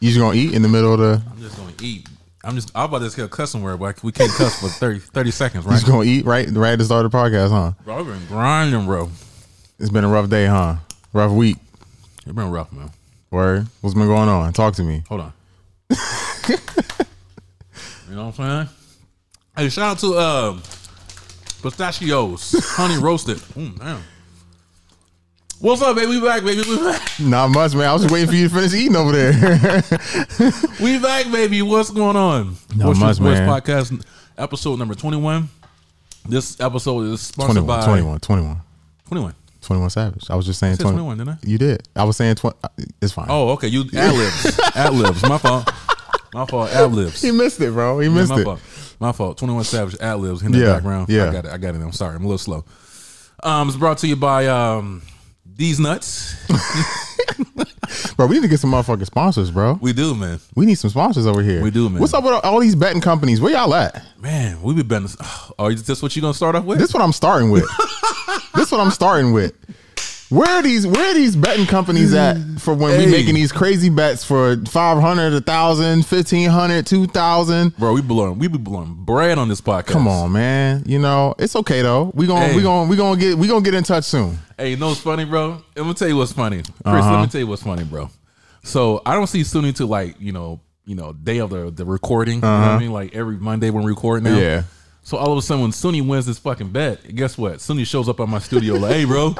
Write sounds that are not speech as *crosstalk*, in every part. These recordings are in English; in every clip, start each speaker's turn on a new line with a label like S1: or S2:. S1: You just gonna eat in the middle of the?
S2: I'm just gonna eat. I'm just. I'm about to say a cussing word, but we can't cuss for 30, 30 seconds,
S1: You
S2: right?
S1: just gonna eat right right at the start of the podcast, huh?
S2: Bro, I've been grinding, bro.
S1: It's been a rough day, huh? Rough week.
S2: It's been rough, man.
S1: Word. What's been going on? Talk to me. *laughs*
S2: Hold on. you know what I'm saying? Hey, shout out to uh, pistachios, honey roasted. *laughs* Mm, damn. What's up, baby? We back, baby. We back. *laughs*
S1: Not much, man. I was just waiting for you to finish eating over there.
S2: We back, baby. What's going on?
S1: Not
S2: What's Your
S1: much,
S2: Voice
S1: man.
S2: Podcast episode number 21. This episode is sponsored
S1: 21,
S2: by
S1: 21, 21,
S2: 21.
S1: 21 Savage. I was just saying
S2: said
S1: 20
S2: 21, didn't I?
S1: You did. I was saying 20. It's fine.
S2: Oh, okay. You ad libs. ad libs. My fault. My fault. Ad libs.
S1: He missed it, bro. He missed
S2: my
S1: it.
S2: fault. My fault. Twenty One Savage ad libs in the
S1: Yeah,
S2: background.
S1: yeah.
S2: I got it. I got it. I'm sorry. I'm a little slow. Um, it's brought to you by um these nuts.
S1: Bro, we need to get some motherfucking sponsors, bro.
S2: We do, man.
S1: We need some sponsors over here.
S2: We do, man.
S1: What's up with all these betting companies? Where y'all at?
S2: Man, we be betting. Oh, is this *sighs* what you gonna start off with?
S1: This what I'm starting with. this what I'm starting with. Where are these where are these betting companies at for when
S2: Hey.
S1: we making these crazy bets for 500, 1,000, 1,500, 2,000?
S2: Bro, we blowing. We be blowing bread on this podcast.
S1: Come on, man. You know, it's okay though. We going to
S2: Hey.
S1: we going to we going to get we going to get in touch soon.
S2: Hey, you know what's funny, bro? I'm gonna tell you what's funny, Chris. Let
S1: Uh-huh.
S2: me tell you what's funny, bro. So I don't see Sunny to like you know you know day of the the recording. You know what I mean, like every Monday when we record now.
S1: Uh-huh. Yeah.
S2: So all of a sudden, when Sunny wins this fucking bet, guess what? Sunny shows up at my studio like, "Hey, bro,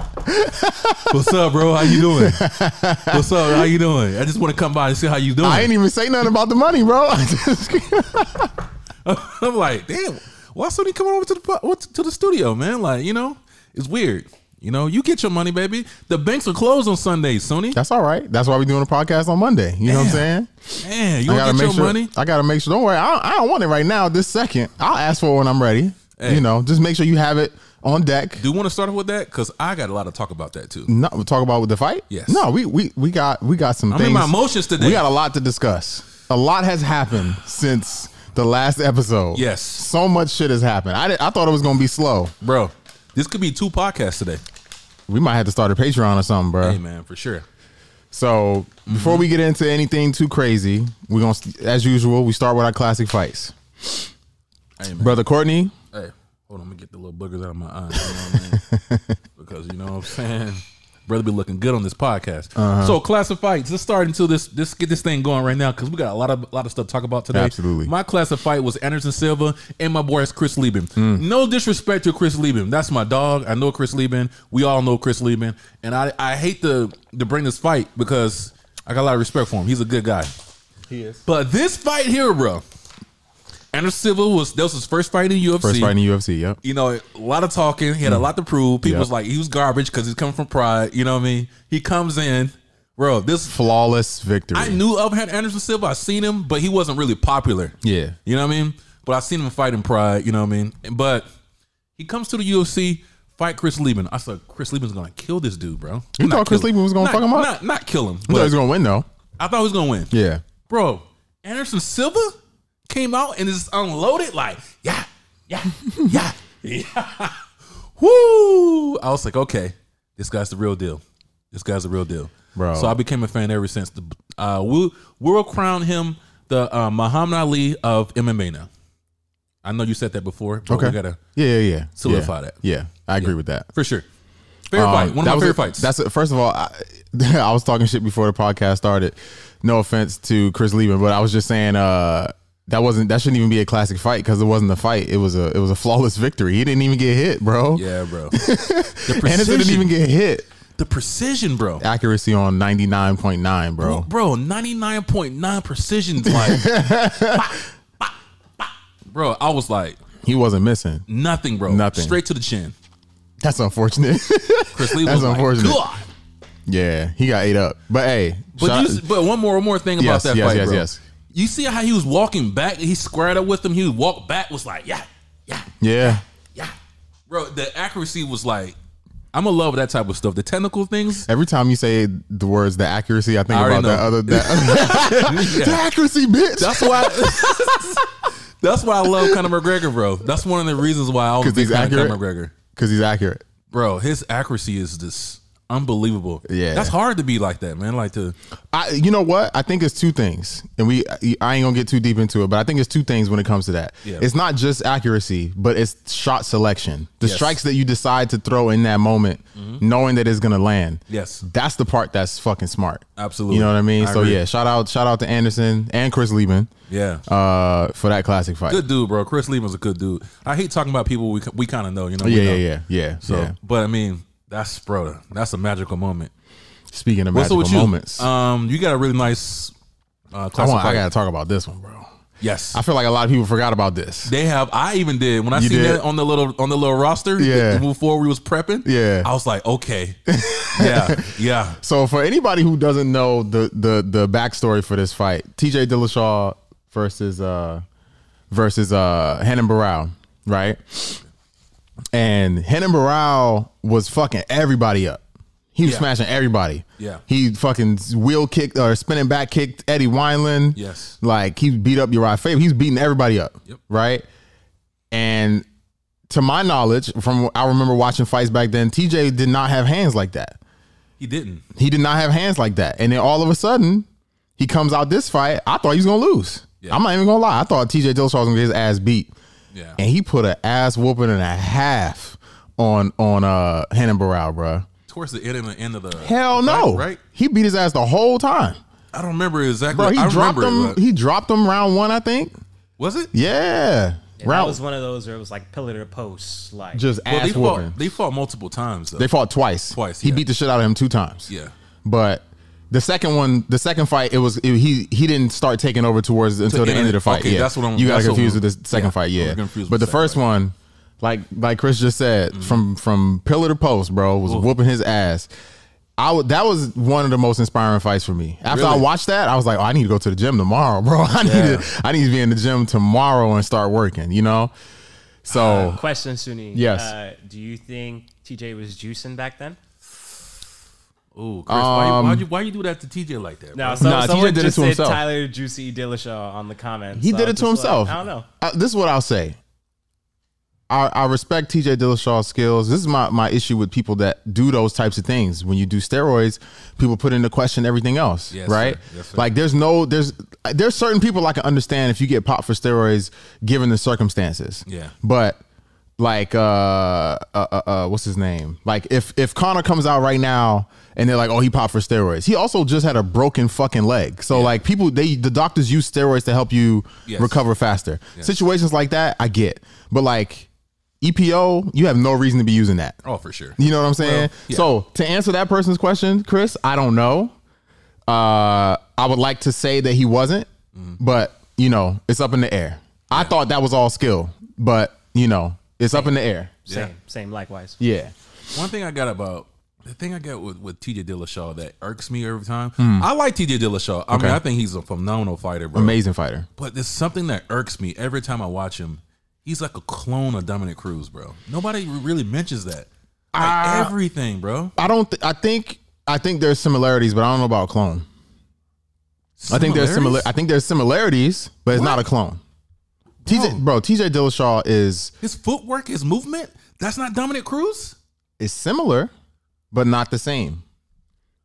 S2: what's up, bro? How you doing? What's up? How you doing? I just want to come by and see how you doing."
S1: I ain't even say nothing about the money, bro. *laughs* I just-
S2: *laughs* I'm like, damn, why Sony coming over to the po- what- to the studio, man? Like, you know, it's weird. You know, you get your money, baby. The banks are closed on Sundays, Sony.
S1: That's all right. That's why we doing a podcast on Monday. You know what I'm
S2: Damn.
S1: saying?
S2: Man, you
S1: I
S2: don't
S1: gotta
S2: get
S1: make
S2: your
S1: sure.
S2: money.
S1: I gotta make sure. Don't worry. I don't, I don't want it right now. This second, I'll ask for it when I'm ready.
S2: Hey.
S1: You know, just make sure you have it on deck.
S2: Do you want to start off with that? Because I got a lot of talk about that too.
S1: No, talk about the fight.
S2: Yes.
S1: No, we we we got we got some.
S2: I'm
S1: things.
S2: in my emotions today.
S1: We got a lot to discuss. A lot has happened since the last episode.
S2: Yes.
S1: So much shit has happened. I did, I thought it was gonna be slow.
S2: bro, this could be two podcasts today.
S1: We might have to start a Patreon or something, bro.
S2: Hey, man, for sure.
S1: So
S2: Mm-hmm.
S1: before we get into anything too crazy, we're gonna st- as usual we start with our classic fights.
S2: Hey, man.
S1: Brother Courtney,
S2: Hey, hold on, I'm gonna get the little boogers out of my eyes. You know what
S1: *laughs*
S2: I mean? because you know what I'm saying. Brother be looking good on this podcast.
S1: Uh-huh.
S2: So classifieds, let's start into this. Let's get this thing going right now because we got a lot of lot of stuff to talk about today.
S1: Absolutely.
S2: My classified was Anderson Silva and my boy is Chris Lieben.
S1: Mm.
S2: No disrespect to Chris Lieben. That's my dog. I know Chris Lieben. We all know Chris Lieben. And I, I hate to to bring this fight because I got a lot of respect for him. He's a good guy. He
S1: is.
S2: But this fight here, bro. Anderson Silva was that was his first fight in UFC
S1: first fight in the UFC. Yep.
S2: you know, a lot of talking. He had
S1: Mm.
S2: a lot to prove. People
S1: Yeah.
S2: was like, he was garbage because he's coming from Pride. You know what I mean? He comes in, bro. This
S1: flawless victory.
S2: I knew of had Anderson Silva. I seen him, but he wasn't really popular.
S1: Yeah.
S2: you know what I mean. But I seen him fight in Pride. You know what I mean. But he comes to the UFC. Fight Chris Lieben. I said Chris Lieben's gonna kill this dude, bro.
S1: You thought Chris
S2: kill him.
S1: Lieben was gonna
S2: Not-
S1: fuck him up?
S2: Not, not kill him.
S1: I thought he
S2: But
S1: was gonna win though.
S2: I thought he was gonna win
S1: Yeah.
S2: bro, Anderson Silva came out and is unloaded like, yeah, yeah,
S1: *laughs*
S2: yeah, *laughs* yeah. Woo! I was like, okay, this guy's the real deal. This guy's the real deal,
S1: Bro.
S2: So I became a fan ever since. The, uh, we'll we'll crown him the uh, Muhammad Ali of MMA now. I know you said that before, but we
S1: Okay.
S2: gotta
S1: Yeah, yeah, yeah.
S2: Solidify
S1: yeah.
S2: that.
S1: Yeah, I agree with that.
S2: for sure. Fair fight,
S1: Um,
S2: one
S1: Oh, that
S2: of my
S1: was
S2: favorite
S1: a-
S2: fights.
S1: That's a, first of all, I, *laughs* I was talking shit before the podcast started. No offense to Chris Lieben, but I was just saying uh, that wasn't that shouldn't even be a classic fight because it wasn't a fight. It was a it was a flawless victory. He didn't even get hit, bro.
S2: yeah,
S1: *laughs*
S2: bro. the
S1: Anderson
S2: precision,
S1: didn't even get hit.
S2: the precision, bro.
S1: Accuracy on ninety nine point nine, bro.
S2: bro 99.9
S1: *laughs*
S2: precision like pop, pop, pop. bro i was like
S1: He wasn't missing.
S2: nothing bro
S1: Nothing.
S2: straight to the chin
S1: That's unfortunate. *laughs*
S2: chris lee
S1: That's
S2: was like,
S1: unfortunate.
S2: "God."
S1: yeah, he got ate up. But hey,
S2: but
S1: shout-
S2: you, but one more one more thing about
S1: Yes,
S2: that
S1: yes,
S2: fight
S1: yes,
S2: bro
S1: yes.
S2: you see how he was walking back he squared up with him he would walk back was like yeah yeah
S1: yeah,
S2: yeah bro the accuracy was like i'm in love with that type of stuff the
S1: *laughs*
S2: technical things *laughs*
S1: Every time you say the words the accuracy, I think
S2: I already
S1: about that
S2: know.
S1: other that, *laughs*
S2: *laughs* Yeah.
S1: the accuracy, bitch.
S2: that's why that's why i *laughs* love conor mcgregor bro that's one of the reasons why i was a
S1: 'Cause
S2: big
S1: he's
S2: fan of conor
S1: accurate.
S2: mcgregor
S1: Because he's accurate.
S2: bro his accuracy is this unbelievable.
S1: Yeah.
S2: that's hard to be like that, man. Like to
S1: I, you know what? I think it's two things, and we I ain't gonna get too deep into it, but I think it's two things when it comes to that.
S2: Yeah.
S1: It's not just accuracy, but it's shot selection, the
S2: Yes. Mm-hmm.
S1: strikes that you decide to throw in that moment, knowing that it's gonna land.
S2: Yes.
S1: that's the part that's fucking smart.
S2: Absolutely.
S1: you know what I mean.
S2: I
S1: so
S2: agree.
S1: yeah, shout out, shout out to Anderson and Chris Lieben,
S2: yeah,
S1: uh, for that classic fight.
S2: good dude, bro. Chris Lieben's a good dude. I hate talking about people we we kind of know. You know,
S1: Yeah,
S2: we
S1: yeah,
S2: know.
S1: yeah, yeah.
S2: So,
S1: yeah.
S2: but I mean, that's bro. That's a magical moment.
S1: speaking of
S2: What's up
S1: magical
S2: with you?
S1: moments,
S2: Um, you got a really nice uh,
S1: I, want,
S2: classified.
S1: I gotta talk about this one, bro.
S2: yes,
S1: I feel like a lot of people forgot about this.
S2: They have. I even did when I
S1: You
S2: seen
S1: did?
S2: that on the little on the little roster.
S1: Yeah.
S2: the- before we was prepping.
S1: Yeah.
S2: I was like, okay,
S1: *laughs*
S2: yeah, yeah.
S1: So for anybody who doesn't know the the the backstory for this fight, TJ Dillashaw versus uh versus uh Henan Barrow, right? And Henan Barrow was fucking everybody up. He was
S2: Yeah.
S1: smashing everybody.
S2: Yeah.
S1: He fucking wheel kicked or spinning back kicked Eddie Wineland.
S2: Yes.
S1: Like he beat up Uriah Faber. He's beating everybody up.
S2: Yep.
S1: Right. And to my knowledge, from I remember watching fights back then, TJ did not have hands like that
S2: He didn't.
S1: he did not have hands like that. And then all of a sudden, he comes out this fight. I thought he was gonna lose.
S2: Yeah.
S1: I'm not even gonna lie. I thought TJ Dillashaw was gonna get his ass beat,
S2: Yeah,
S1: and he put an ass whooping and a half on on uh Hannon Barrow, bro.
S2: towards the end of the end of the.
S1: Hell
S2: the
S1: no,
S2: fight, right?
S1: He beat his ass the whole time,
S2: I don't remember exactly.
S1: bro. He
S2: I
S1: dropped
S2: remember
S1: him.
S2: it, but-
S1: he dropped him round one, I think.
S2: was it?
S1: Yeah,
S3: That
S1: round
S3: was one of those where it was like pillar to post, like
S1: just
S2: Well,
S1: ass
S2: they
S1: whooping.
S2: fought. They fought multiple times. Though.
S1: They fought twice.
S2: Twice,
S1: He
S2: yeah.
S1: beat the shit out of him two times.
S2: yeah,
S1: But the second one, the second fight, it was it, he he didn't start taking over towards until the
S2: end
S1: end,
S2: of
S1: of the
S2: it.
S1: fight.
S2: Okay,
S1: yeah,
S2: that's what I'm-
S1: You got
S2: that's what
S1: confused with
S2: I'm-
S1: the second
S2: yeah,
S1: fight.
S2: I
S1: Yeah,
S2: was confused
S1: but
S2: with
S1: the
S2: the
S1: first
S2: second Mm-hmm.
S1: one, like like Chris just said, from from pillar to post, bro, was whooping his ass. I w- that was one of the most inspiring fights for me. After I
S2: Really?
S1: watched that, I was like, oh, I need to go to the gym tomorrow, bro. *laughs* I need
S2: Yeah.
S1: to I need to be in the gym tomorrow and start working. You know, so
S2: Oh.
S3: question, Suni.
S1: Yes.
S3: Uh, do you think TJ was juicing back then?
S2: Ooh, Chris, why, you, why
S1: Um,
S2: you why you do that to TJ like that?
S3: No,
S2: bro?
S3: so,
S1: Nah, TJ
S3: someone
S1: did it
S3: just
S1: to
S3: said
S1: himself.
S3: Tyler Juicy Dillashaw on the comments.
S1: He
S3: So
S1: did
S3: I
S1: it
S3: was
S1: to
S3: just like,
S1: himself.
S3: I don't know.
S1: Uh, this is what I'll say. I, I respect TJ Dillashaw's skills. This is my, my issue with people that do those types of things. When you do steroids, people put into question everything else,
S2: Yes,
S1: right?
S2: sir. Yes, sir.
S1: Like there's no there's there's certain people I can understand if you get popped for steroids given the circumstances.
S2: Yeah.
S1: But like uh, uh uh uh what's his name? Like if if Connor comes out right now and they're like, "Oh, he popped for steroids." He also just had a broken fucking leg. So like people they the doctors use steroids to help you
S2: Yes.
S1: recover faster. Situations like that, I get. But like EPO, you have no reason to be using that.
S2: Oh, for sure.
S1: You know what I'm saying?
S2: Well, yeah.
S1: So to answer that person's question, Chris, I don't know. Uh, I would like to say that he wasn't,
S2: Mm-hmm.
S1: but you know, it's up in the air. I thought that was all skill, but you know, it's up in the air.
S3: Same,
S2: Yeah.
S3: same, likewise.
S1: Yeah.
S2: One thing I got about the thing I got with, with TJ Dillashaw that irks me every time.
S1: Hmm.
S2: I like TJ Dillashaw. I mean, I think he's a phenomenal fighter, bro.
S1: Amazing fighter.
S2: But there's something that irks me every time I watch him. He's like a clone of Dominic Cruz, bro. Nobody really mentions that. Like
S1: Ah.
S2: everything, bro.
S1: I don't th- I think I think there's similarities, but I don't know about clone. I think there's similar I
S2: Similarities?
S1: think there's similarities, but it's not a clone. TJ bro, TJ Dillashaw is
S2: His footwork, his movement. That's not Dominic Cruz.
S1: is similar, but not the same.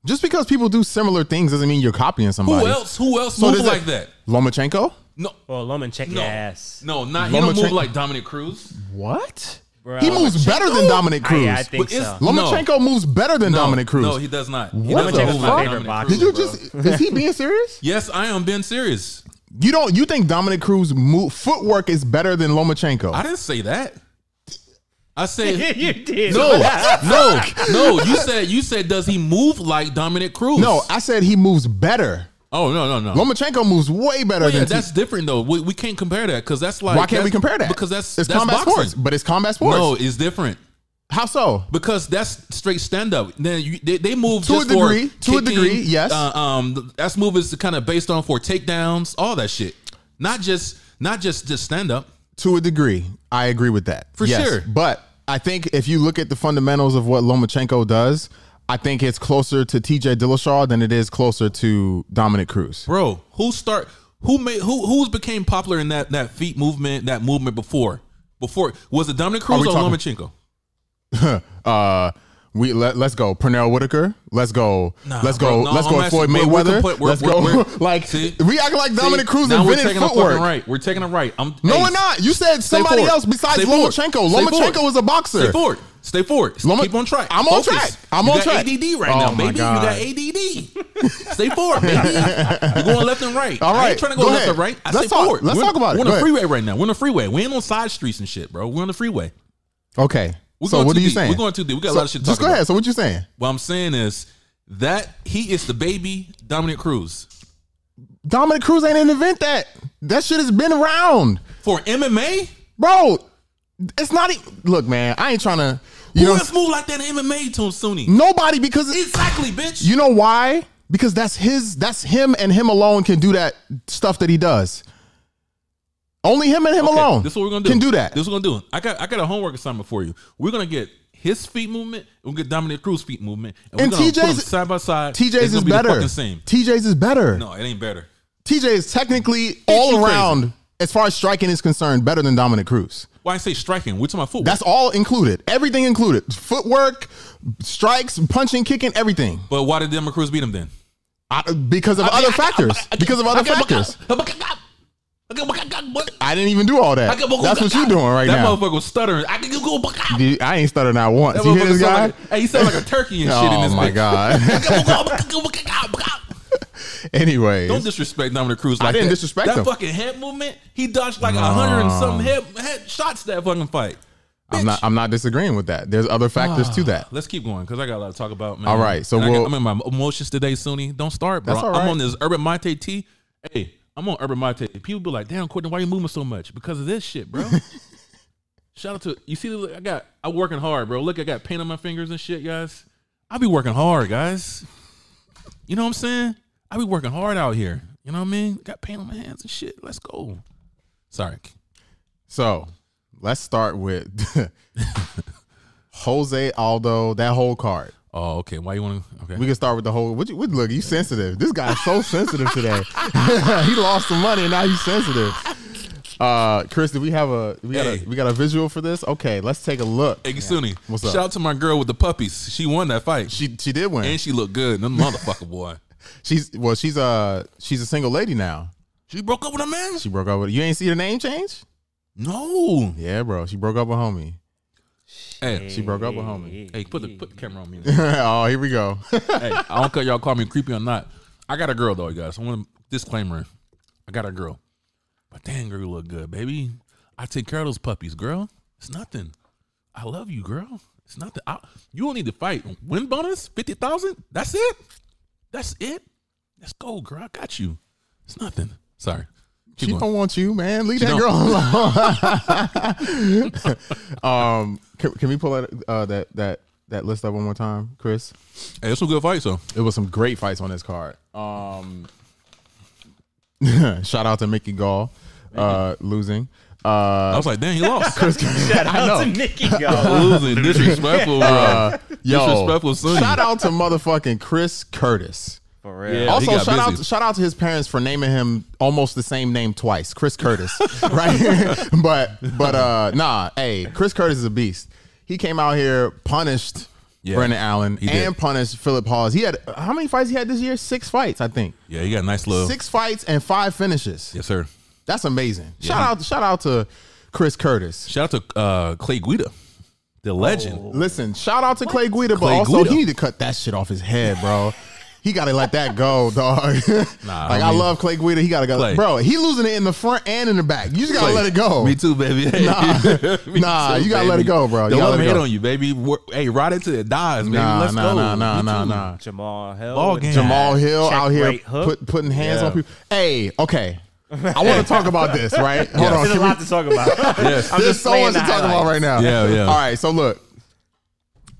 S1: Just because people do similar things doesn't mean you're copying
S2: Who
S1: somebody.
S2: else? Who else
S1: So
S2: moves
S1: does it-
S2: like that?
S1: Lomachenko?
S2: No,
S3: Well, Loman, check
S2: no,
S3: your ass.
S2: no, not he don't move
S1: Lomachenko-
S2: like Dominic Cruz.
S1: What?
S3: Bro,
S1: he moves
S3: Lomachenko-
S1: better than Dominic Cruz.
S3: I, I think
S2: But it's-
S3: so.
S1: Lomachenko moves better than
S2: No,
S1: Dominic Cruz.
S2: No, he does not. He
S1: What
S2: doesn't
S1: the fuck?
S2: move like
S3: Favorite
S2: Dominic
S3: boxer.
S2: Cruz,
S1: Did you
S2: bro.
S1: just is he being serious?
S2: Yes, I am being serious.
S1: You don't you think Dominic Cruz move, footwork is better than Lomachenko?
S2: I didn't say that. I
S3: *laughs*
S2: said
S3: you
S1: *laughs*
S3: did.
S2: no, no, no. You said you said does he move like Dominic Cruz?
S1: no, I said he moves better.
S2: oh no, no, no.
S1: Lomachenko moves way better
S2: yeah,
S1: than T-
S2: that's different though. We, we can't compare that because that's like
S1: Why can't
S2: that's-
S1: we compare that?
S2: Because that's
S1: it's
S2: that's
S1: combat
S2: boxing.
S1: sports, but it's combat sports.
S2: No, it's different
S1: How so?
S2: because that's straight stand up. Then you, they, they move
S1: To a
S2: just for
S1: degree, to a
S2: kicking,
S1: degree, yes.
S2: Uh, um, th- that's move is kind of based on for takedowns, all that shit. Not just not just just stand up.
S1: To a degree, I agree with that
S2: For sure.
S1: But I think if you look at the fundamentals of what Lomachenko does, I think it's closer to T.J. Dillashaw than it is closer to Dominic Cruz. *laughs*
S2: bro. Who start? Who made? Who who's became popular in that that feet movement? That movement before before was it Dominic
S1: Are
S2: Cruz
S1: we
S2: or
S1: talking-
S2: Lomachenko?
S1: Uh, We let, let's go Pernell Whitaker. Let's go.
S2: Nah,
S1: let's go.
S2: bro, no,
S1: let's
S2: I'm
S1: go
S2: asking-
S1: Floyd
S2: we're- we're
S1: Mayweather.
S2: complete- we're-
S1: let's go.
S2: we're- we're-
S1: *laughs* like
S2: see?
S1: we act like Dominic
S2: See?
S1: Cruz
S2: Now we're
S1: invented
S2: taking a fucking
S1: footwork.
S2: right. We're taking a right. I'm,
S1: No,
S2: hey,
S1: we're not. You said
S2: stay
S1: somebody
S2: forward.
S1: else besides
S2: Stay forward.
S1: Lomachenko.
S2: Stay forward.
S1: Lomachenko is a boxer.
S2: Stay forward. Stay forward.
S1: Loma-
S2: Keep on track.
S1: I'm on track. I'm
S2: you
S1: on
S2: got
S1: track.
S2: ADD right
S1: Oh
S2: now,
S1: my
S2: baby.
S1: God.
S2: You *laughs* got ADD. Stay forward, baby. You're going left and right.
S1: All
S2: I
S1: right.
S2: ain't trying to go,
S1: Go
S2: left
S1: ahead.
S2: or right. I
S1: Let's
S2: stay
S1: talk-
S2: forward.
S1: let's
S2: We're-
S1: talk about it.
S2: We're
S1: Go
S2: on
S1: ahead.
S2: the freeway right now. We're on the freeway. We ain't on side streets and shit, bro. We're on the freeway.
S1: Okay.
S2: We're
S1: so
S2: going
S1: what
S2: too
S1: are you
S2: deep.
S1: saying?
S2: We're going too deep. We got a
S1: So
S2: lot of shit to
S1: Just
S2: talk
S1: go
S2: about.
S1: ahead. So what you saying?
S2: What I'm saying is that he is the baby Dominic Cruz
S1: Dominic Cruz ain't invent that. That shit has been around,
S2: for MMA.
S1: bro. It's not. E- Look, man. I ain't trying to. You
S2: Who
S1: know,
S2: else move like that in MMA, Tone Suni?
S1: nobody because it's.
S2: Exactly, bitch.
S1: You know why? Because that's his, that's him and him alone can do that stuff that he does. Only him and him
S2: Okay,
S1: alone
S2: This is what we're gonna do.
S1: can do that.
S2: This is what we're gonna do. I got I got a homework assignment for you. We're gonna get his feet movement. We'll get Dominic Cruz feet movement. we're
S1: And
S2: gonna put
S1: TJ's
S2: them side by side. It's
S1: TJ's
S2: gonna
S1: is
S2: be the
S1: better.
S2: fucking same.
S1: TJ's is better.
S2: No, it ain't better.
S1: TJ is technically
S2: you
S1: all
S2: crazy.
S1: around, as far as striking is concerned, better than Dominic Cruz.
S2: Why I say striking? We're talking about footwork.
S1: That's all included. Everything included. Footwork, strikes, punching, kicking, everything.
S2: but why did Dominic Cruz beat him then?
S1: I- because of other factors. because of other factors. I didn't even do all that. That's what you're doing right
S2: that
S1: now.
S2: That mother was stuttering. I can go. That
S1: Dude, I ain't stuttering out once. you hear
S2: motherfucker
S1: this
S2: sound
S1: guy?
S2: Like, hey, he sound like a turkey and shit in
S1: oh
S2: this
S1: my
S2: bitch. *laughs*
S1: god. *laughs* anyway,
S2: Don't disrespect Dominic Cruz. Like
S1: didn't
S2: that.
S1: disrespect
S2: that
S1: him.
S2: fucking head movement. He dodged like a hundred and something head, head shots that fucking fight.
S1: I'm not. I'm not disagreeing with that. There's other factors to that.
S2: Let's keep going because I got a lot to talk about, man.
S1: All right, so
S2: And I got-
S1: we'll-
S2: I'm in my emotions today, Suni. Don't start, bro.
S1: That's all
S2: I'm
S1: right.
S2: on this Urban Mate T. Hey, I'm on Urban Mate. People be like, "Damn, Courtney, why you moving so much?" Because of this
S1: *laughs*
S2: shit, bro. Shout out to you. See, look, I got I'm working hard, bro. Look, I got paint on my fingers and shit, guys. I be working hard, guys. You know what I'm saying? I be working hard out here. You know what I mean? Got paint on my hands and shit. Let's go. Sorry.
S1: So let's start with *laughs* Jose Aldo. That whole card.
S2: Oh, okay. Why you want to? Okay.
S1: We can start with the whole. What you what, look? You sensitive. This guy is so sensitive today. *laughs* he lost some money and now he's sensitive. Uh, Chris, do we have a we got
S2: Hey.
S1: a we got a visual for this? Okay, let's take a look.
S2: Hey, Suni.
S1: What's up?
S2: Shout out to my girl with the puppies. She won that fight.
S1: She she did win.
S2: And she looked good. That motherfucker boy.
S1: She's well, she's uh she's a single lady now.
S2: *laughs* She broke up with a man?
S1: She broke up with you. Ain't see her name change?
S2: No.
S1: Yeah, bro. She broke up with homie. *laughs*
S2: Hey,
S1: She broke up with homie.
S2: hey, put the put the camera on me.
S1: oh, here we go.
S2: hey, I don't care y'all call me creepy or not. I got a girl though, you guys. I want a disclaimer. I got a girl. But dang girl, you look good, baby. I take care of those puppies, girl. It's nothing. I love you, girl. It's nothing. I, you don't need to fight. Win bonus, fifty thousand. That's it. That's it. Let's go, girl. I got you. It's nothing. Sorry. Keep
S1: she
S2: going.
S1: don't want you, man. Leave that
S2: don't.
S1: girl alone. *laughs*
S2: *laughs*
S1: um, can, can we pull that uh, that that that list up one more time, Chris?
S2: Hey, it's some good fight, so.
S1: It was some great fights on this card. Um, *laughs* shout out to Mickey Gall, uh, losing.
S2: *laughs* I
S1: Uh,
S2: was like, dang, he
S1: *laughs*
S2: lost.
S3: Shout out to
S1: know. *laughs*
S3: Nikki, yo.
S2: *laughs* Losing, disrespectful, bro.
S1: uh, yo,
S2: disrespectful Sonny.
S1: shout out to motherfucking Chris Curtis.
S3: For real.
S2: Yeah, he
S1: also,
S2: got
S1: shout
S2: busy.
S1: out, shout out to his parents for naming him almost the same name twice, Chris Curtis, *laughs* right? *laughs* but but uh, nah, hey, Chris Curtis is a beast. He came out here punished
S2: Yeah,
S1: Brendan Allen
S2: he did.
S1: and punished Philip Hawes. He had how many fights he had this year? Six fights, I think.
S2: yeah, he got a nice little.
S1: Six fights and five finishes.
S2: Yes, sir.
S1: That's amazing. Shout out, shout out to Chris Curtis.
S2: Shout out to uh, Clay Guida,
S1: Oh.
S2: the legend.
S1: Listen, shout out to Clay Guida, but
S2: Clay
S1: also
S2: Guida.
S1: he need to cut that shit off his head,
S2: *laughs*
S1: bro. He gotta let that go, dog.
S2: Nah,
S1: like I,
S2: homie.
S1: love Clay Guida. He gotta go,
S2: Clay.
S1: bro. He losing it in the front and in the back. You just gotta
S2: Clay.
S1: let it go.
S2: Me too, baby. *laughs* Me
S1: nah, you gotta let it go, bro. You
S2: Don't
S1: gotta let
S2: let him
S1: it
S2: hate
S1: go.
S2: on you, baby. Wor- Hey, ride it till it dies, baby.
S1: Nah,
S2: Let's
S1: nah,
S2: go.
S1: nah, nah,
S2: Me
S1: nah,
S2: too.
S1: nah.
S3: Jamal Hill.
S2: Ball
S3: with
S2: game.
S1: Jamal Hill
S3: Check
S1: out here
S3: right hook.
S1: put, putting hands
S3: Yeah.
S1: on people. Hey, okay. I
S2: *laughs*
S1: want to talk about this, right? Hold on.
S3: There's
S1: can
S3: a
S1: we-
S3: lot to talk
S1: *laughs*
S3: about.
S2: Yes.
S3: I'm
S1: There's
S3: just
S1: so
S3: playing
S1: much to
S3: the
S1: talk about
S3: highlights.
S1: right now.
S2: Yeah, yeah.
S1: All right, so look,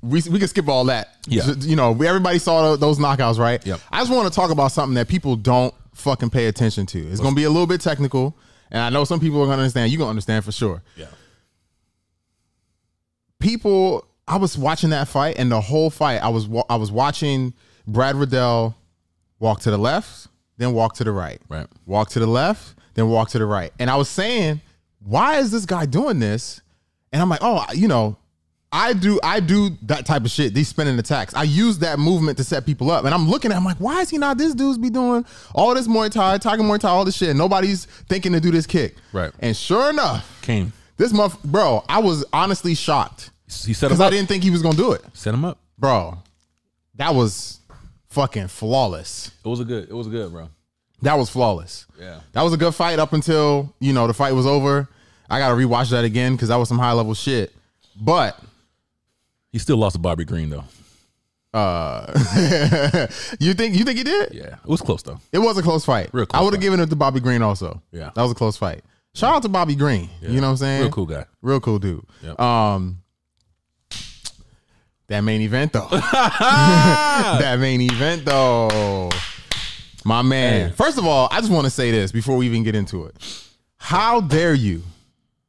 S1: we we can skip all that.
S2: Yeah.
S1: Just, you know, we everybody saw tho- those knockouts, right?
S2: Yep.
S1: I just want to talk about something that people don't fucking pay attention to. It's going to be a little bit technical, and I know some people are going to understand. You going to understand for sure.
S2: Yeah.
S1: People, I was watching that fight, and the whole fight, I was wa- I was watching Brad Riddell walk to the left, then walk to the right.
S2: Right.
S1: Walk to the left, then walk to the right. And I was saying, why is this guy doing this? And I'm like, oh, you know, I do I do that type of shit. These spinning attacks. I use that movement to set people up, and I'm looking at. I'm like, why is he not? This dude's be doing all this Muay Thai, Tiger Muay Thai, all this shit. And nobody's thinking to do this kick.
S2: Right.
S1: And sure enough,
S2: Came.
S1: this month, bro, I was honestly shocked
S2: He set him
S1: because
S2: up.
S1: I didn't think he was gonna do it,
S2: set him up.
S1: bro. That was fucking flawless.
S2: It was a good. It was good, bro.
S1: That was flawless.
S2: Yeah.
S1: That was a good fight up until, you know, the fight was over. I got to rewatch that again because that was some high level shit. But, *laughs*
S2: He still lost to Bobby Green though.
S1: uh, you think you think he did?
S2: Yeah, it was close though.
S1: It was a close fight.
S2: Real close
S1: I would have
S2: fight.
S1: given it to Bobby Green also.
S2: Yeah.
S1: That was a close fight. Shout out to Bobby Green. You know what I'm saying?
S2: Real cool guy.
S1: Real cool dude.
S2: Yep.
S1: Um, that main event though. *laughs* that main event though. My man.
S2: Hey.
S1: First of all, I just want to say this before we even get into it. How dare you?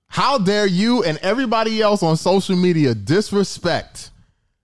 S1: How dare you and everybody else on social media disrespect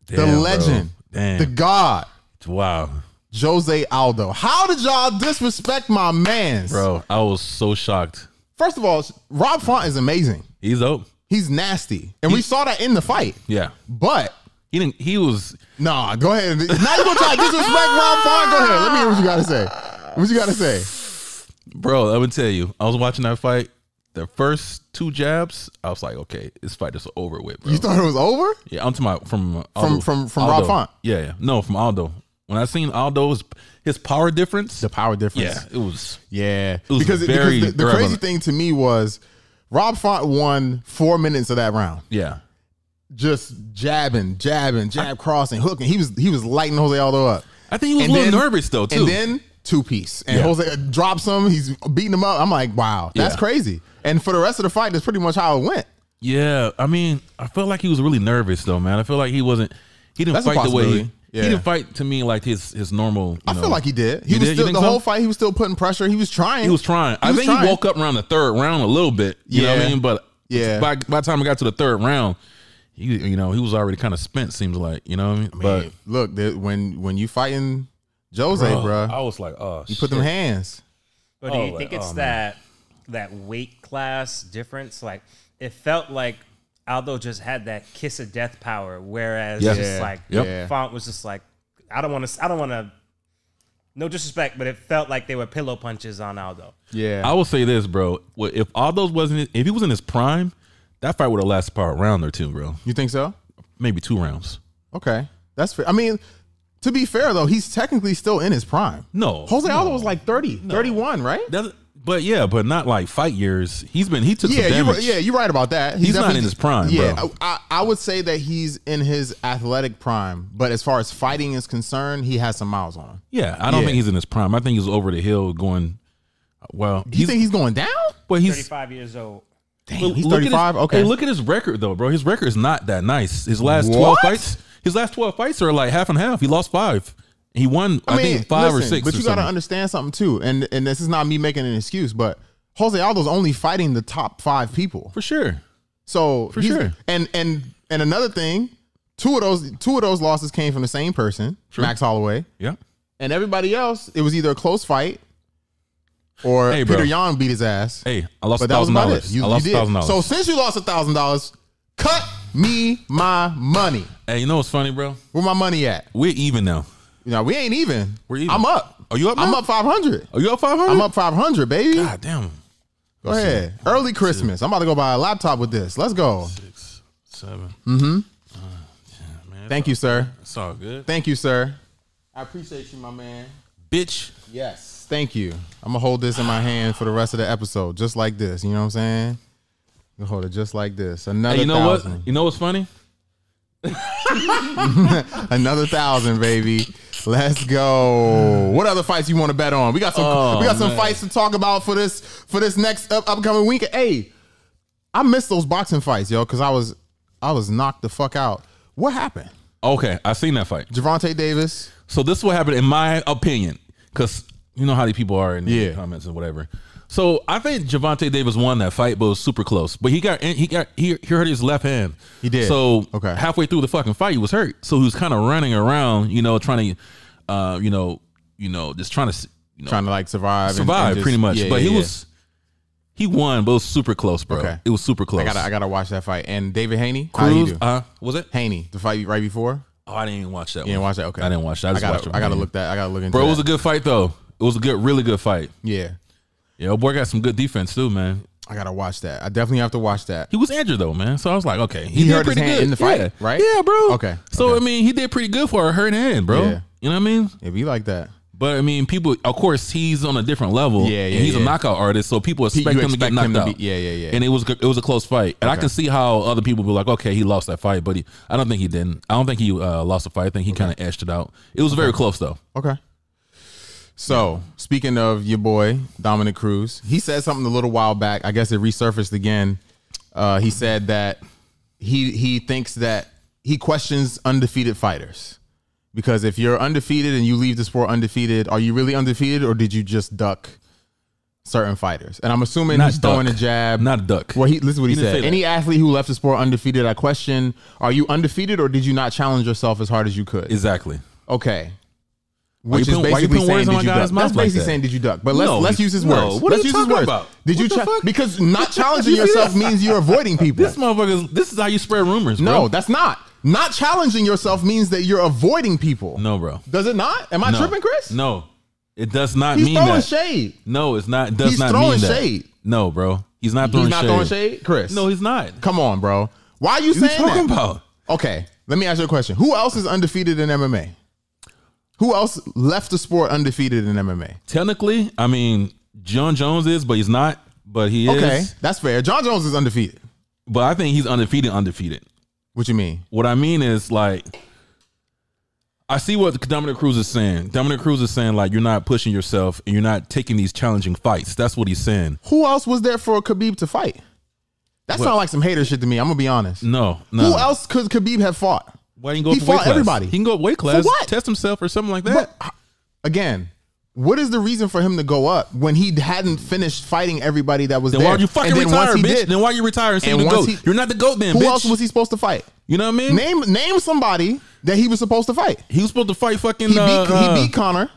S2: Damn,
S1: the
S2: bro.
S1: legend,
S2: Damn.
S1: the god,
S2: wow,
S1: Jose Aldo? How did y'all disrespect my man's?
S2: bro. I was so shocked.
S1: First of all, Rob Font is amazing.
S2: He's dope.
S1: He's nasty. And we saw that in the fight.
S2: Yeah.
S1: But
S2: He didn't. He was.
S1: Nah, go ahead. Now you gonna try to disrespect Rob Font? Go ahead. Let me hear what you gotta say. What you gotta say?
S2: Bro, I'm gonna tell you, I was watching that fight. The first two jabs, I was like, okay, this fight is over with, bro.
S1: You thought it was over?
S2: yeah, I'm talking about from
S1: From- from- from Rob
S2: Aldo.
S1: Font.
S2: Yeah, yeah, no, from Aldo. When I seen Aldo's his power difference,
S1: The power difference.
S2: yeah, it was
S1: Yeah.
S2: was
S1: because
S2: very
S1: because the, the crazy
S2: relevant.
S1: thing to me was Rob Font won four minutes of that round.
S2: yeah.
S1: Just jabbing, jabbing, jab crossing, hooking. He was he was lighting Jose Aldo up.
S2: I think he was
S1: And
S2: a little
S1: then-
S2: nervous though too.
S1: And then two piece. And
S2: Yeah.
S1: Jose drops him. He's beating him up. I'm like, wow, that's
S2: Yeah.
S1: crazy. And for the rest of the fight, that's pretty much how it went.
S2: yeah, I mean, I felt like he was really nervous though, man. I feel like he wasn't. He didn't
S1: That's a
S2: fight the way he,
S1: possibility. Yeah.
S2: didn't fight to me like his his normal. you
S1: I
S2: know.
S1: feel like he did. He
S2: You
S1: was
S2: did? You
S1: still
S2: think
S1: the
S2: so?
S1: whole fight. He was still putting pressure. He was trying.
S2: He was trying. I
S1: was
S2: think
S1: trying.
S2: he woke up around the third round a little bit. You know what
S1: Yeah.
S2: I mean? But
S1: Yeah.
S2: by by the time I got to the third round, he you know he was already kind of spent. Seems like you know what I mean.
S1: But look, the, when when you fighting Jose,
S2: but
S1: bruh,
S2: I was like, oh,
S1: you put them hands.
S3: But do
S2: Oh,
S3: you think
S2: like,
S3: it's
S2: oh,
S3: that that weight class difference? Like it felt like Aldo just had that kiss of death power, whereas
S2: Yes.
S3: just
S1: Yeah.
S3: like
S2: Yep.
S1: Yeah.
S3: Font was just like, I don't want to, I don't want to. No disrespect, but it felt like they were pillow punches on Aldo.
S1: Yeah,
S2: I will say this, bro. Well, If Aldo's wasn't, if he was in his prime, that fight would have lasted probably a round or two, bro.
S1: you think so?
S2: Maybe two rounds.
S1: Okay, that's fair. I mean, to be fair though, he's technically still in his prime.
S2: No,
S1: Jose
S2: no.
S1: Aldo was like 30, 31, right?
S2: That's- but yeah, but not like fight years. He's been he took
S1: yeah,
S2: some
S1: you,
S2: damage.
S1: were- yeah, you're right about that.
S2: He's not
S1: definitely-
S2: in his prime,
S1: Yeah,
S2: bro.
S1: I, I would say that he's in his athletic prime, but as far as fighting is concerned, he has some miles on him.
S2: yeah. I don't
S1: Yeah.
S2: think he's in his prime. I think he's over the hill going. Well,
S1: You
S2: he's
S1: think he's going down?
S2: well, he's
S3: Thirty-five years old.
S1: Damn, he's
S2: Look at his-
S1: 35. okay,
S2: Hey, look at his record though, bro. His record is not that nice. His last twelve
S1: What?
S2: fights, his last twelve fights are like half and half. He lost five. He won, I, think, five or
S1: listen,
S2: six.
S1: But
S2: or
S1: you gotta
S2: something.
S1: understand something too, and and this is not me making an excuse, but Jose Aldo's only fighting the top five people.
S2: for sure.
S1: So
S2: for
S1: he's-
S2: sure.
S1: And and and another thing, two of those two of those losses came from the same person, Max Holloway,
S2: Yeah,
S1: and everybody else. It was either a close fight or
S2: Hey, bro.
S1: Peter Yan beat his ass.
S2: hey, I lost
S1: but that was
S2: thousand
S1: about it.
S2: dollars.
S1: You,
S2: I
S1: you
S2: lost
S1: did.
S2: thousand
S1: So
S2: dollars.
S1: since you lost a thousand dollars, cut me my money.
S2: hey, you know what's funny, bro?
S1: Where my money at?
S2: We're even now.
S1: Now we ain't even.
S2: We're even.
S1: I'm up.
S2: Are you up?
S1: I'm
S2: now?
S1: up five hundred.
S2: Are you up five
S1: I'm
S2: hundred?
S1: up 500, baby.
S2: God damn.
S1: Go ahead. Early Christmas. I'm about to go buy a laptop with this. Let's go.
S2: Six, seven.
S1: Thank you, sir.
S2: It's all good,
S1: Thank you, sir. I appreciate you, my man.
S2: bitch.
S1: Yes. Thank you. I'm gonna hold this in my hand for the rest of the episode, just like this. You know what I'm saying? You hold it just like this. Another
S2: Hey, you know what?
S1: thousand.
S2: You know what's funny?
S1: Another thousand, baby. Let's go. What other fights you want to bet on? We got some.
S2: Oh,
S1: we got some
S2: man.
S1: fights to talk about for this for this next up, upcoming week. Hey, I missed those boxing fights, yo, because I was I was knocked the fuck out. What happened?
S2: Okay, I seen that fight.
S1: Javante Davis.
S2: So this is what happened in my opinion, because you know how these people are in the
S1: Yeah.
S2: comments and whatever. So I think Javante Davis won that fight, but it was super close. But he got he got he, he hurt his left hand.
S1: He did.
S2: So
S1: Okay.
S2: halfway through the fucking fight, he was hurt. So he was kind of running around, you know, trying to, uh, you know, you know, just trying to, you know,
S1: trying to like survive, and-
S2: survive
S1: and just-
S2: pretty much.
S1: yeah,
S2: but
S1: yeah,
S2: he
S1: yeah.
S2: was He won, but it was super close, bro.
S1: Okay.
S2: It was super close.
S1: I gotta I gotta watch that fight. And David Haney, how you
S2: Cruz,
S1: do?
S2: uh, was it?
S1: Haney, the fight right before.
S2: Oh, I didn't even watch that.
S1: You didn't
S2: one.
S1: watch that? Okay,
S2: I didn't watch that. I
S1: I
S2: just
S1: gotta
S2: watched it.
S1: I gotta
S2: man.
S1: look that. I gotta look into.
S2: Bro, it was a
S1: that.
S2: good fight though. It was a good, really good fight.
S1: yeah.
S2: Yeah, old boy got some good defense too, man.
S1: I gotta watch that. I definitely have to watch that.
S2: He was injured though, man. So I was like, okay, he, did
S1: hurt his
S2: pretty
S1: hand
S2: good
S1: in the fight,
S2: Yeah.
S1: right?
S2: Yeah, bro.
S1: Okay,
S2: So
S1: okay.
S2: I mean, he did pretty good for a hurt hand, bro.
S1: Yeah.
S2: You know what I mean?
S1: It be like that.
S2: But I mean, people. Of course, he's on a different level.
S1: Yeah,
S2: and
S1: yeah,
S2: He's
S1: yeah.
S2: a knockout artist, so people expect
S1: you
S2: him to
S1: expect
S2: get knocked
S1: him to
S2: out.
S1: be- yeah, yeah, yeah.
S2: And it was it was a close fight, and I can see how other people be like, okay, he lost that fight, but he, I don't think he didn't. I don't think he uh, lost the fight. I think he kind of edged it out. It was very close though.
S1: Okay. So speaking of your boy Dominic Cruz, he said something a little while back. I guess it resurfaced again. Uh, he said that he he thinks that he questions undefeated fighters because if you're undefeated and you leave the sport undefeated, are you really undefeated or did you just duck certain fighters? And I'm assuming
S2: Not
S1: he's throwing
S2: duck.
S1: a jab.
S2: Not a duck.
S1: Well, he, listen to what he,
S2: didn't say
S1: said.
S2: that.
S1: Any athlete who left the sport undefeated, I question: Are you undefeated or did you not challenge yourself as hard as you could?
S2: Exactly.
S1: Okay.
S2: you
S1: Which is
S2: putting- why you
S1: basically
S2: putting
S1: saying
S2: words
S1: did
S2: in
S1: you
S2: my guy's
S1: duck.
S2: mouth
S1: That's
S2: like
S1: basically
S2: that?
S1: saying did you duck. But let's
S2: No,
S1: let's use his
S2: no.
S1: words.
S2: What are
S1: let's
S2: you
S1: use his
S2: talking
S1: words.
S2: about?
S1: Did you
S2: What the
S1: cha-
S2: fuck?
S1: because
S2: *laughs*
S1: not challenging yourself means you're avoiding people.
S2: This motherfucker. This is how you spread rumors.
S1: no,
S2: bro.
S1: that's not. Not challenging yourself means that you're avoiding people.
S2: no, bro.
S1: Does it not? Am I
S2: No.
S1: tripping, Chris?
S2: No, it does not
S1: He's
S2: mean
S1: throwing
S2: that.
S1: shade.
S2: No, it's not. It does
S1: He's
S2: not
S1: throwing
S2: mean that.
S1: shade.
S2: No, bro. He's not throwing
S1: He's not
S2: shade.
S1: throwing shade, Chris.
S2: No, he's not.
S1: come on, bro. Why are you
S2: What are you
S1: saying
S2: talking
S1: that?
S2: about?
S1: Okay, let me ask you a question. Who else is undefeated in MMA? Who else left the sport undefeated in MMA?
S2: Technically, I mean, John Jones is, but he's not. But he is.
S1: Okay, that's fair. John Jones is undefeated.
S2: But I think he's undefeated. Undefeated.
S1: What you mean?
S2: What I mean is like. I see what Dominic Cruz is saying. Dominic Cruz is saying like you're not pushing yourself and you're not taking these challenging fights. That's what he's saying.
S1: Who else was there for Khabib to fight? That sounds like some hater shit to me. I'm gonna be honest.
S2: No, no.
S1: Who else could Khabib have fought?
S2: Why didn't
S1: He
S2: he go? up a weight
S1: fought
S2: class?
S1: everybody.
S2: He can go up weight class.
S1: what?
S2: Test himself or something like that.
S1: But again, what is the reason for him to go up when he hadn't finished fighting everybody that was
S2: Then
S1: there?
S2: why are you fucking
S1: And then once
S2: retire,
S1: he
S2: bitch?
S1: did-
S2: then why you retire and say
S1: And
S2: you the
S1: once
S2: goat?
S1: he-
S2: You're not the goat, then,
S1: who
S2: bitch.
S1: else was he supposed to fight?
S2: you know what I mean?
S1: Name name somebody that he was supposed to fight.
S2: he was supposed to fight fucking.
S1: He beat
S2: uh, uh,
S1: he beat Connor.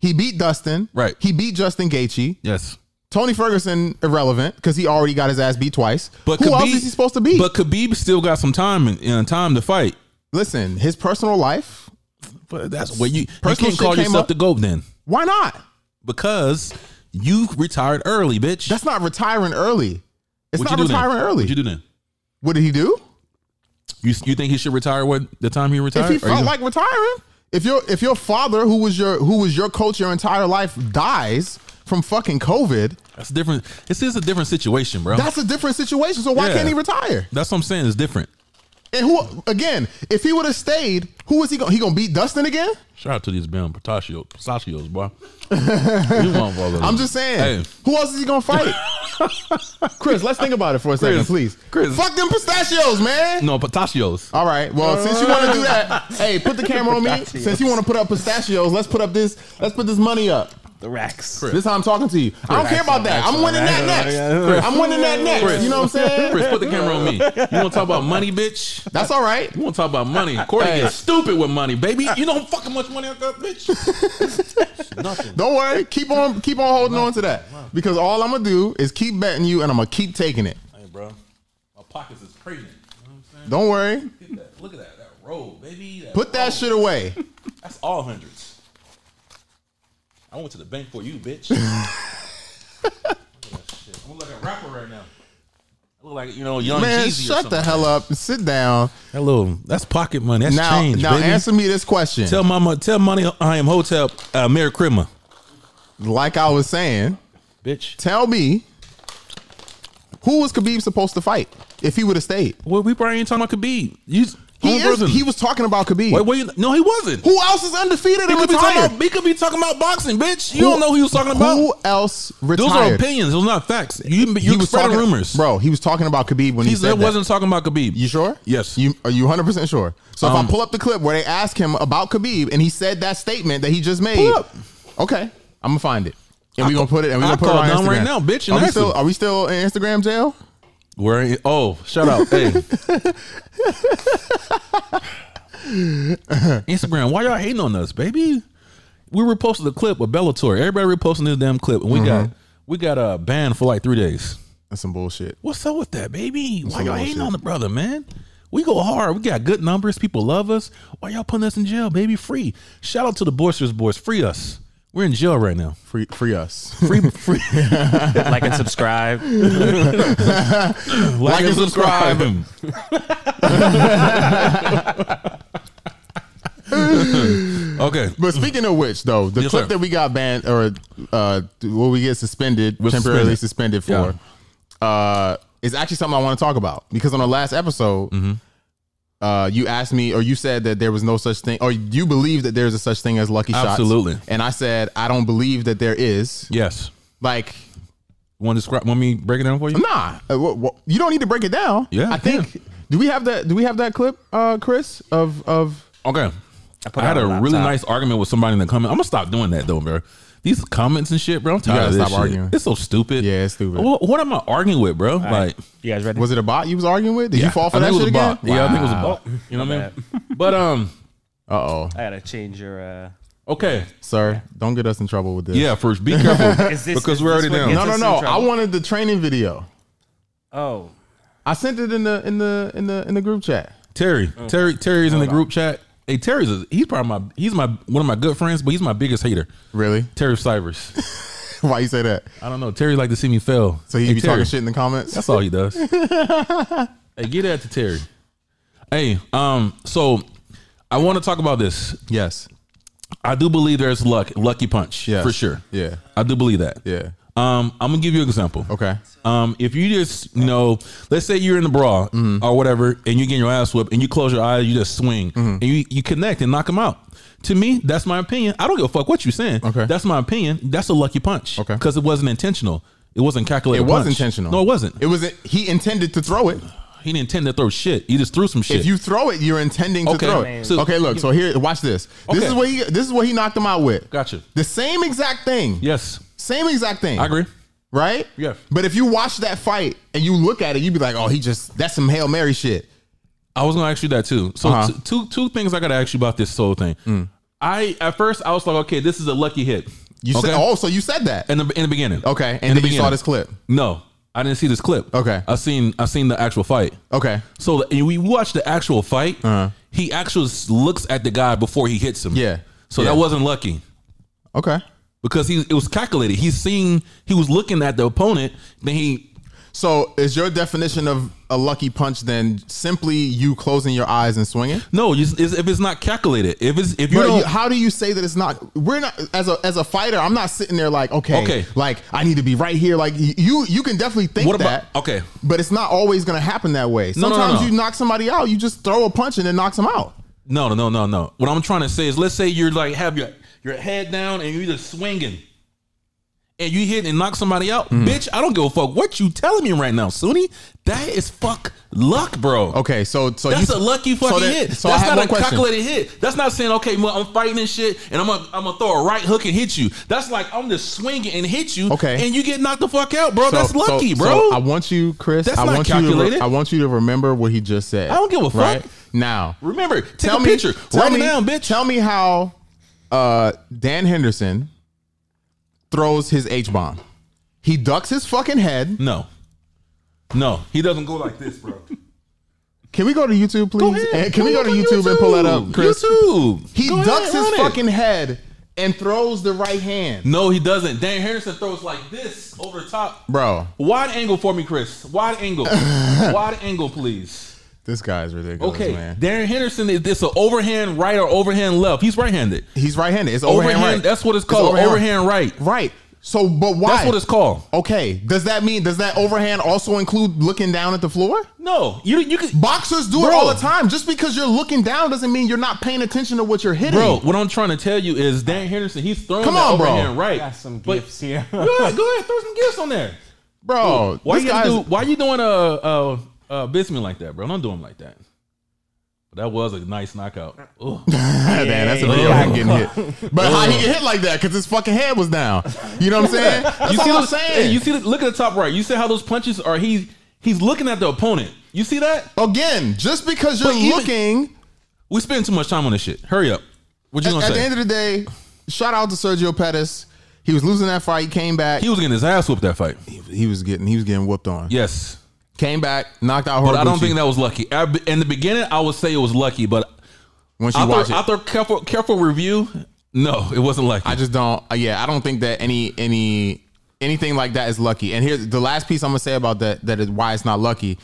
S1: He beat Dustin.
S2: Right.
S1: He beat Justin Gaethje.
S2: yes,
S1: Tony Ferguson irrelevant because he already got his ass beat twice.
S2: but
S1: who
S2: Khabib,
S1: else is he supposed to beat?
S2: But Khabib still got some time in, in time to fight.
S1: Listen, his personal life.
S2: But that's where you you
S1: Personal
S2: can't
S1: shit
S2: call
S1: came
S2: yourself
S1: up.
S2: the goat then
S1: Why not?
S2: because you retired early, bitch.
S1: That's not retiring early. It's not
S2: What'd you do then?
S1: retiring early.
S2: What'd you do then?
S1: What did he do?
S2: You you think he should retire? What the time he
S1: If
S2: retired?
S1: he
S2: Or you-
S1: felt like retiring, if your if your father who was your who was your coach your entire life dies from fucking COVID,
S2: that's different. This is a different situation, bro. That's,
S1: that's a different situation. So why
S2: Yeah.
S1: can't he retire?
S2: what I'm saying. It's different.
S1: And who again? If he would have stayed, who is he going? He gonna beat Dustin again?
S2: Shout out to these damn pistachio, pistachios, boy. *laughs* you want all of them.
S1: I'm just saying.
S2: Hey.
S1: Who else is he gonna
S2: *laughs*
S1: fight? Chris, let's think about it for a second, please.
S2: Chris.
S1: fuck them pistachios, man.
S2: No pistachios.
S1: All right. Well, since you want to do
S2: *laughs*
S1: that, hey, put the camera on me. Since you want to put up pistachios, let's put up this. Let's put this money up.
S3: The racks.
S1: This is how I'm talking to you. I don't care about that. I'm winning that next. I'm winning that next. You know what I'm saying?
S2: Chris, put the camera on me. You want to talk about money, bitch?
S1: That's all right.
S2: You want to talk about money? Corey
S1: Hey.
S2: gets stupid with money, baby. You know how fucking much money I got,
S1: *laughs*
S2: bitch.
S1: Don't worry. Keep on, keep on holding on to that because all I'm gonna do is keep betting you, and I'm gonna keep taking it.
S2: Hey, bro, my pockets is pregnant. You know what
S1: Don't worry.
S2: I'm saying? Look at that, look at that, that roll, baby. That
S1: Put that
S2: roll.
S1: shit
S2: *laughs*
S1: away.
S2: That's all hundreds. I went to the bank for
S1: *laughs*
S2: you, bitch. look at that shit. I look like a rapper right now. I look like you know young
S1: Man,
S2: Jeezy or
S1: shut
S2: something.
S1: the hell up. Sit down.
S2: Hello, that's pocket money. That's
S1: Now,
S2: change,
S1: now
S2: baby.
S1: answer me this question.
S2: Tell mama, tell money, I am hotel, uh, Merry Christmas,
S1: Like I was saying,
S2: bitch.
S1: tell me who was Khabib supposed to fight if he would have stayed?
S2: Well, we probably ain't talking about Khabib. You,
S1: He, is, he was talking about Khabib.
S2: Wait, wait, no, he wasn't.
S1: Who else is undefeated
S2: He
S1: and
S2: could, be talking
S1: retired?
S2: about, he could be talking about boxing, bitch. You don't know who he was talking about.
S1: Who else
S2: Those are
S1: retired?
S2: opinions. Those are not facts. You,
S1: He
S2: you're
S1: was
S2: spreading
S1: talking,
S2: rumors.
S1: bro. He was talking about Khabib when he
S2: He's,
S1: said
S2: that
S1: that.
S2: wasn't talking about Khabib.
S1: you sure?
S2: Yes.
S1: You are you 100 percent sure? So
S2: Um,
S1: if I pull up the clip where they ask him about Khabib and he said that statement that he just made,
S2: Pull up.
S1: okay, I'm gonna find it and we are gonna put it and we
S2: I
S1: are gonna put it
S2: call
S1: on
S2: Dom
S1: Instagram
S2: right now, bitch, and
S1: Are we
S2: ask
S1: still
S2: him.
S1: are we still in Instagram jail?
S2: Where? Oh, shout out. Hey. *laughs* Instagram, why y'all
S1: Mm-hmm.
S2: hating on us, baby? We reposted a clip of Bellator. Everybody reposting this damn clip, and we got We got uh, banned for like three days.
S1: That's some bullshit.
S2: What's up with that, baby? Why
S1: some
S2: y'all
S1: bullshit.
S2: hating on the brother, man? We go hard. We got good numbers. People love us. Why y'all putting us in jail, baby? Free. Shout out to the Boisterous Boys. Free us. We're in jail right now.
S1: Free, free us.
S2: *laughs* Free, free.
S3: like and subscribe.
S2: like
S1: and
S2: *laughs* okay.
S1: But speaking of which, though, the
S2: Mm-hmm. Yes,
S1: clip
S2: sir.
S1: that we got banned or uh, what we get suspended,
S2: Was
S1: temporarily suspended,
S2: Yeah.
S1: for, uh, is actually something I want to talk about because on the last episode,
S2: Mm-hmm.
S1: uh, you asked me or you said that there was no such thing, or you believe that there's a such thing as lucky shots.
S2: Absolutely.
S1: And I said I don't believe that there is.
S2: Yes.
S1: Like,
S2: Want to describe? Want me to break it down for you?
S1: nah, uh, wha- wha- you don't need to break it down.
S2: Yeah,
S1: I
S2: I can.
S1: think. Do we have that? Do we have that clip, uh, Chris? Of of
S2: Okay. I,
S3: put it
S2: had a
S3: on the
S2: really
S3: laptop.
S2: nice argument with somebody in the comment. I'm gonna stop doing that though, bro. These comments and shit, bro. I'm tired
S1: gotta
S2: of this
S1: stop
S2: shit.
S1: arguing.
S2: It's so stupid.
S1: Yeah, it's stupid.
S2: What, what am I arguing with, bro? like,
S3: You guys ready?
S1: was it a bot you was arguing with? Did you fall for
S2: I
S1: that
S2: think
S1: shit
S2: it was a
S1: again?
S2: bot. Yeah, I think it was a bot.
S3: Oh,
S2: You know
S3: my
S2: what I mean? *laughs* But um,
S1: Uh oh.
S3: I gotta change your. Uh,
S2: okay,
S1: Sir, don't get us in trouble with this.
S2: yeah. First, be
S3: *laughs*
S2: careful
S3: Is this-
S2: because
S3: is
S2: we're
S3: this
S2: already
S3: what
S2: down.
S1: No,
S3: It's
S1: no,
S3: us in
S1: no. I
S3: trouble.
S1: wanted the training video.
S3: oh,
S1: I sent it in the in the in the in the group chat.
S2: Terry, Terry, Terry's in the group chat. Hey, Terry's a, he's probably my he's my one of my good friends, but he's my biggest hater.
S1: Really?
S2: Terry Cybers.
S1: *laughs* Why you say that?
S2: I don't know. Terry like to see me fail.
S1: So he
S2: Hey,
S1: be
S2: Terry,
S1: talking shit in the comments.
S2: That's all he does. hey, get at to Terry. Hey, um, so I want to talk about this.
S1: yes.
S2: I do believe there's luck, lucky punch,
S1: Yes.
S2: for sure.
S1: Yeah.
S2: I do believe that.
S1: Yeah.
S2: Um, I'm gonna give you an example.
S1: Okay.
S2: Um, if you just you know, let's say you're in the brawl
S1: Mm-hmm.
S2: or whatever, and you're getting your ass whipped, and you close your eyes, you just swing,
S1: Mm-hmm.
S2: and you you connect and knock him out. To me, that's my opinion. I don't give a fuck what you're saying.
S1: Okay.
S2: that's my opinion. That's a lucky punch.
S1: Okay.
S2: because it wasn't intentional. It wasn't
S1: It
S2: calculated.
S1: was
S2: punch.
S1: intentional.
S2: No, it wasn't.
S1: It was he intended to throw it.
S2: he didn't intend to throw shit. He just threw some shit.
S1: If you throw it, you're intending to
S2: Okay,
S1: throw it.
S2: man. So-
S1: okay, look. So here, watch this. This
S2: Okay.
S1: is what he. This is what he knocked him out with.
S2: gotcha.
S1: The same exact thing.
S2: Yes,
S1: Same exact thing.
S2: I agree.
S1: Right.
S2: Yeah.
S1: But if you watch that fight and you look at it, you'd be like, "Oh, he just that's some hail mary shit."
S2: I was gonna ask you that too. So
S1: Uh-huh. Hmm.
S2: t- two two things I gotta ask you about this soul thing. I at first I was like, okay, this is a lucky hit.
S1: You
S2: okay?
S1: said, "Oh, so you said that."
S2: in the in the beginning.
S1: okay. And
S2: in the
S1: then you saw
S2: beginning.
S1: this clip.
S2: No, I didn't see this clip.
S1: Okay.
S2: I seen I seen the actual fight.
S1: Okay.
S2: So and we watched the actual fight.
S1: Uh-huh.
S2: He actually s- looks at the guy before he hits him.
S1: Yeah.
S2: So
S1: Yeah.
S2: that wasn't lucky
S1: Okay.
S2: because he it was calculated. He's seeing he was looking at the opponent. Then he
S1: So is your definition of a lucky punch then simply you closing your eyes and swinging?
S2: no. You, it's, if it's not calculated, if it's if you
S1: Bro,
S2: don't
S1: you- how do you say that it's not? We're not as a as a fighter. I'm not sitting there like okay,
S2: Okay.
S1: like I need to be right here. Like y- you, you can definitely think
S2: What about-
S1: that.
S2: okay.
S1: but it's not always going to happen that way.
S2: No, no, no,
S1: Sometimes
S2: no.
S1: you knock somebody out. You just throw a punch and it knocks them out.
S2: No, no, no, no, no. What I'm trying to say is, let's say you're like have your your head down and you're just swinging, and you hit and knock somebody out.
S1: Mm-hmm.
S2: Bitch, I don't give a fuck what you telling me right now, Suni. That is fuck luck, bro.
S1: Okay, so so
S2: That's
S1: you,
S2: a lucky fucking
S1: that-
S2: hit.
S1: so I
S2: That's
S1: have
S2: not
S1: one
S2: a
S1: question.
S2: calculated hit. That's not saying okay, well, I'm fighting and shit, and I'm gonna I'm gonna throw a right hook and hit you. That's like I'm just swinging and hit you,
S1: Okay.
S2: and you get knocked the fuck out, bro.
S1: So-
S2: That's lucky,
S1: so-
S2: bro.
S1: so I want you, Chris.
S2: That's
S1: I
S2: not
S1: want you. To
S2: calculated.
S1: re- I want you to remember what he just said.
S2: I don't give a fuck.
S1: now.
S2: Remember, take a picture, write it down, bitch.
S1: Tell me how uh, Dan Henderson throws his H bomb. He ducks his fucking head.
S2: no, no, he doesn't go like this, bro.
S1: Can we go to YouTube, please? And can we go
S2: Go
S1: to
S2: look
S1: YouTube,
S2: on
S1: and pull that up, Chris?
S2: YouTube.
S1: He
S2: Go
S1: ducks
S2: ahead, run
S1: his
S2: it.
S1: fucking head and throws the right hand,
S2: No, he doesn't. Dan Henderson throws like this over the top.
S1: bro.
S2: Wide angle for me, Chris. Wide
S1: *laughs*
S2: angle. Wide angle, please.
S1: This guy is ridiculous,
S2: Okay,
S1: man.
S2: Darren Henderson is this an overhand right or overhand left? He's right-handed.
S1: He's right-handed. It's
S2: Overhand,
S1: overhand. right.
S2: that's what it's called.
S1: overhand
S2: overhand, right.
S1: Right. So, but why?
S2: That's what it's called.
S1: Okay, does that mean does that overhand also include looking down at the floor?
S2: No, you you can,
S1: Boxers do it
S2: Bro.
S1: all the time. Just because you're looking down doesn't mean you're not paying attention to what you're hitting.
S2: bro. What I'm trying to tell you is Dan Henderson. He's throwing
S1: Come
S2: that
S1: on, bro.
S2: overhand right.
S3: got some
S2: But-
S3: gifts
S1: *laughs*
S3: here.
S2: Go ahead, go ahead, throw some gifts on there.
S1: bro.
S2: Why
S1: this
S2: you
S1: guy's- *laughs*
S2: do, why you doing a uh, uh, Bisman like that, bro? Don't do him like that. But that was a nice knockout. Ugh.
S1: Yeah, man, that's a video of him getting hit. But how he get hit like that? Because his fucking head was down. You know what I'm saying? That's all I'm
S2: those-
S1: saying.
S2: You see, the- look at the top right. You see how those punches are. He he's looking at the opponent. You see that?
S1: Again, just because you're
S2: But even-
S1: looking,
S2: We spend too much time on this shit. Hurry up. What you
S1: at,
S2: gonna
S1: at the
S2: say?
S1: end of the day, shout out to Sergio Pettis. He was losing that fight. Came back.
S2: He was getting his ass whooped that fight.
S1: He, he was getting he was getting whooped on.
S2: Yes,
S1: Came back, knocked out. Horiguchi.
S2: but I don't think that was lucky. I- In the beginning, I would say it was lucky, but
S1: once you watch
S2: after,
S1: it,
S2: after careful careful review, no, it wasn't lucky.
S1: I just don't. uh, Yeah, I don't think that any any anything like that is lucky. And here's the last piece I'm gonna say about that. That is why it's not lucky.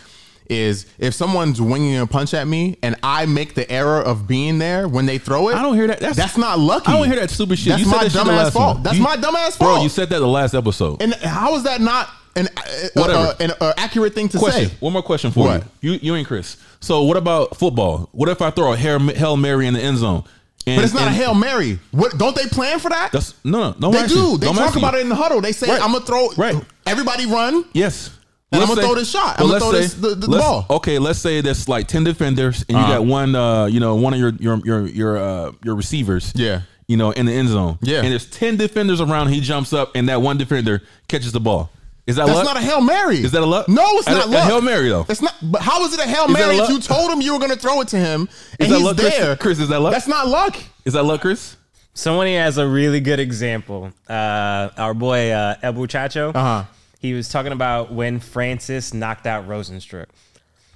S1: Is if someone's winging a punch at me and I make the error of being there when they throw it,
S2: I don't hear that. That's-
S1: that's not lucky.
S2: I don't hear that stupid shit.
S1: That's
S2: You said
S1: my
S2: that shit the
S1: dumbass
S2: last
S1: fault.
S2: one.
S1: That's
S2: You-
S1: my dumbass fault.
S2: Bro, you said that the last episode.
S1: and how is that not an uh, uh,
S2: Whatever.
S1: an uh, accurate thing to
S2: question.
S1: say?
S2: One more question for
S1: What?
S2: you. You you and Chris. So what about football? What if I throw a hail, hail mary in the end zone? And,
S1: But it's not
S2: and
S1: a hail mary. What don't they plan for that?
S2: That's no, no, no.
S1: they do. They talk about it in the huddle. They say,
S2: Right.
S1: "I'm gonna throw."
S2: Right.
S1: Everybody run.
S2: Yes.
S1: And
S2: Let's
S1: I'ma
S2: say-
S1: throw this shot.
S2: well,
S1: I'ma
S2: let's
S1: throw this- the- the
S2: let's-
S1: ball. Uh-huh.
S2: Okay, let's say there's like ten defenders, and you got one, uh, you know, one of your your your your uh, your receivers.
S1: Yeah.
S2: You know, in the end zone.
S1: Yeah.
S2: And there's ten defenders around. He jumps up, and that one defender catches the ball. Is that
S1: That's
S2: luck?
S1: not a hail mary.
S2: Is that a luck?
S1: No, it's
S2: A-
S1: not
S2: a
S1: luck.
S2: Hail Mary, though.
S1: It's not. But how is it a hail
S2: Is that
S1: mary? if
S2: luck?
S1: you told him you were going to throw it to him, and
S2: that
S1: he's
S2: luck, Chris?
S1: there.
S2: Chris, is that luck?
S1: That's not luck.
S2: Is that luck, Chris?
S3: Someone has a really good example. Uh, our boy uh, Ebu Chacho.
S1: Uh-huh.
S3: He was talking about when Francis knocked out Rosenstruck.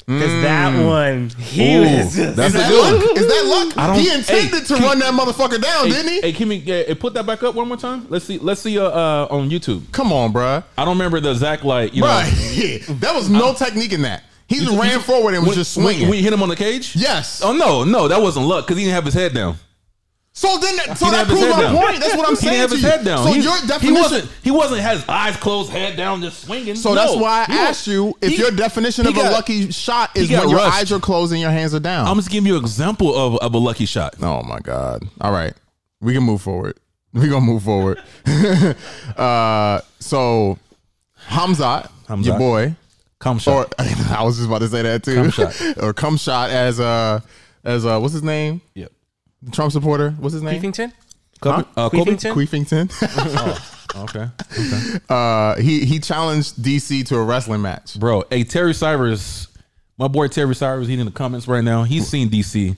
S3: Because that one, he
S2: Mm. Ooh,
S3: *laughs*
S2: that's
S3: was.
S1: Is that
S2: a good one.
S1: luck? Is that luck?
S2: I don't-
S1: he intended to
S2: Hey,
S1: run that motherfucker down, didn't he?
S2: Hey, can we yeah, hey, put that back up one more time? Let's see. Let's see. Uh, uh on YouTube.
S1: Come on, bruh.
S2: I don't remember the exact like you know.
S1: Bruh, yeah, that was no technique in that. *laughs* He just ran forward and was
S2: when-
S1: just swinging.
S2: When, when you hit him on the cage.
S1: yes.
S2: Oh no, no, that wasn't luck because he didn't have his head down.
S1: so then, that- so
S2: He
S1: that
S2: didn't have his
S1: proves
S2: head
S1: my
S2: down.
S1: point. That's what I'm
S2: *laughs* He didn't
S1: saying
S2: have
S1: to
S2: his
S1: you.
S2: head down.
S1: So
S2: He-
S1: your
S2: he
S1: definition.
S2: wasn't. He wasn't had his eyes closed, head down, just swinging.
S1: so that's why I asked you if
S2: he-
S1: your definition
S2: he
S1: of a
S2: got-
S1: lucky shot is
S2: he got
S1: when your
S2: rushed.
S1: eyes are closed and your hands are down.
S2: I'm just giving you an example of, of a lucky shot.
S1: Oh my god. All right. We can move forward. *laughs* We gonna move forward. *laughs* uh so Hamzat,
S2: Hamzat.
S1: your boy.
S2: Come
S1: Or *laughs*
S2: shot.
S1: I was just about to say that too. *laughs*
S2: Cumshot.
S1: or cum shot as uh as uh what's his name?
S2: yep.
S1: The Trump supporter. What's his name?
S3: Beefington?
S2: Kobe, uh, Kobe?
S3: Queefington?
S1: Queefington. *laughs*
S2: Okay.
S1: uh he he challenged DC to a wrestling match.
S2: Bro, hey Terry Cyrus, my boy Terry Cyrus, he's in the comments right now. He's seen DC.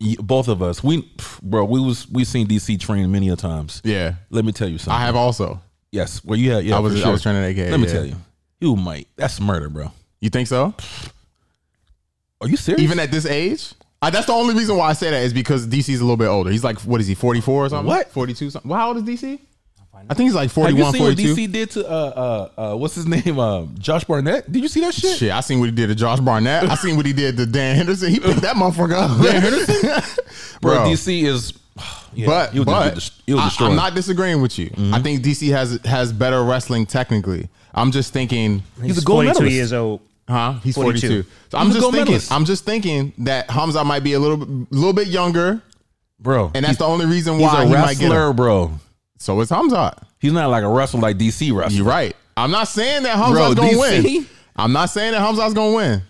S2: Y- Both of us, we, pff, bro, we was we seen DC train many a times.
S1: Yeah.
S2: Let me tell you something.
S1: I have also.
S2: yes, well, you had. Yeah,
S1: I was
S2: Oh, for sure.
S1: I was training at AKA.
S2: Let me
S1: yeah.
S2: tell you, you might. That's murder, bro.
S1: You think so?
S2: Are you serious?
S1: Even at this age? I, that's the only reason why I say that is because DC's a little bit older. He's like, what is he, 44 or something?
S2: What?
S1: 42 something. Well, how old is DC? I think he's like
S2: Have you
S1: 41,
S2: seen what
S1: 42.
S2: DC did to uh uh, uh what's his *laughs* name uh, Josh Barnett? Did you see that shit?
S1: Shit, I seen what he did to Josh Barnett. I seen what he did to Dan Henderson. He picked
S2: *laughs*
S1: that motherfucker up. Dan *laughs* Henderson?
S2: Bro,
S1: Bro,
S2: DC is. *sighs* Yeah,
S1: but,
S2: you'll
S1: but
S2: you'll
S1: I,
S2: destroy.
S1: am not disagreeing with you.
S2: Mm-hmm.
S1: I think DC has has better wrestling technically. I'm just thinking,
S2: He's a gold
S3: 42
S2: medalist.
S3: years old.
S1: huh? He's 42.
S3: 42.
S1: So I'm
S2: He's a
S1: just
S2: gold
S1: thinking,
S2: medalist.
S1: I'm just thinking that Hamza might be a little bit- little bit younger,
S2: bro.
S1: and that's the only reason
S2: he's
S1: why
S2: a
S1: he might get.
S2: wrestler,
S1: Him.
S2: bro.
S1: So it's Hamza.
S2: He's not like a wrestler like DC wrestler.
S1: You're right. I'm not saying that Hamza's
S2: Bro,
S1: gonna
S2: DC?
S1: win. I'm not saying that Hamza's gonna win.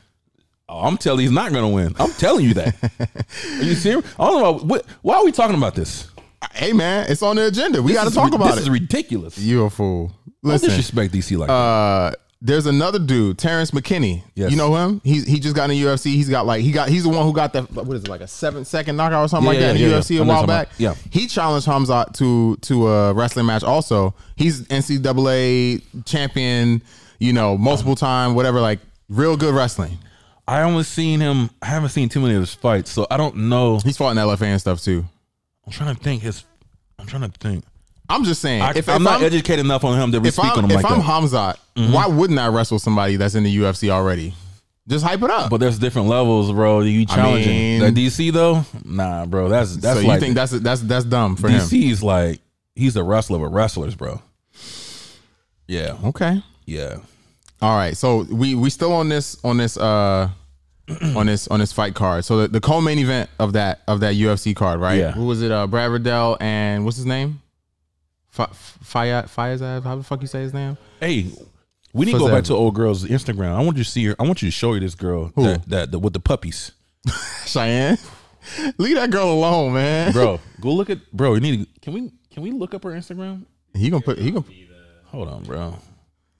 S2: Oh, I'm telling he's not gonna win. I'm telling
S1: *laughs*
S2: you that. Are you serious? I don't know why- what, why are we talking about this.
S1: Hey man, it's on the agenda. We
S2: This
S1: got to
S2: is
S1: talk
S2: ri-
S1: about
S2: This is
S1: it.
S2: ridiculous.
S1: you a fool.
S2: Don't
S1: Listen,
S2: disrespect DC like
S1: uh, there's another dude, Terrence McKinney.
S2: Yes.
S1: You know him? He he just got in the UFC. He's got like he got he's the one who got that what is it like a seven second knockout or something
S2: Yeah,
S1: like
S2: yeah,
S1: that
S2: yeah,
S1: in
S2: yeah.
S1: the UFC
S2: I
S1: a
S2: know
S1: while
S2: something.
S1: back.
S2: Yeah.
S1: he challenged Hamza to to a wrestling match. Also, he's NCAA champion. You know, multiple time, whatever. Like real good wrestling.
S2: that. I only seen him. I haven't seen too many of his fights, so I don't know.
S1: He's fought in LFA and stuff too.
S2: I'm trying to think. His. I'm trying to think.
S1: I'm just saying,
S2: I,
S1: if,
S2: I'm
S1: if
S2: not
S1: I'm,
S2: educated enough on him to be
S1: if
S2: speak
S1: I'm,
S2: on him
S1: if
S2: like
S1: I'm
S2: that.
S1: Hamzat,
S2: Mm-hmm.
S1: why wouldn't I wrestle somebody that's in the UFC already? Just hype it up.
S2: But there's different levels, bro. You
S1: mean-
S2: challenging that DC though? Nah, bro. That's that's
S1: so
S2: like
S1: you think that's that's that's dumb for him?
S2: DC's like he's a wrestler with wrestlers, bro. Yeah,
S1: Okay.
S2: yeah.
S1: All right. So we we still on this on this
S2: *clears throat*
S1: uh on this on this fight card. So the, the co-main event of that of that UFC card, right?
S2: Yeah.
S1: Who was it? Uh, Brad Riddell and what's his name? Fa- Fayad Fayad. How the fuck you say his name?
S2: Hey, we need to go
S1: Fazal.
S2: back to old girl's Instagram. I want you to see her. I want you to show you this girl that, that, that with the puppies,
S1: Cheyenne. *laughs* Leave that girl alone, man.
S2: *laughs* bro. go look at bro. You need. To, can we can we look up her Instagram?
S1: He gonna put he gonna
S2: Hold on, bro.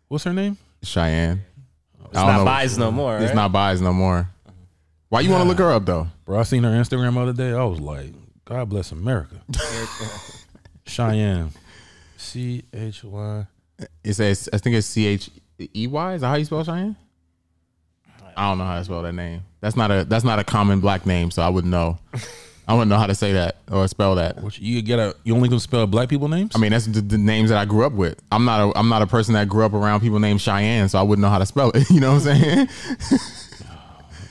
S2: What's her name?
S1: Cheyenne.
S3: It's not buys no more.
S1: It's
S3: right?
S1: not buys no more. Why you want to look her up though?
S2: Bro, I seen her *laughs* Instagram the other day. I was like, God bless America. Cheyenne. C H Y.
S1: It says I think it's C H E Y. Is that how you spell Cheyenne? I don't know how to spell that name. That's not a that's not a common black name, so I wouldn't know. I wouldn't know how to say that or spell that.
S2: Which you get a you only can spell black people names.
S1: I mean, that's the, the names that I grew up with. I'm not a I'm not a person that grew up around people named Cheyenne, so I wouldn't know how to spell it. *laughs* You know what I'm saying?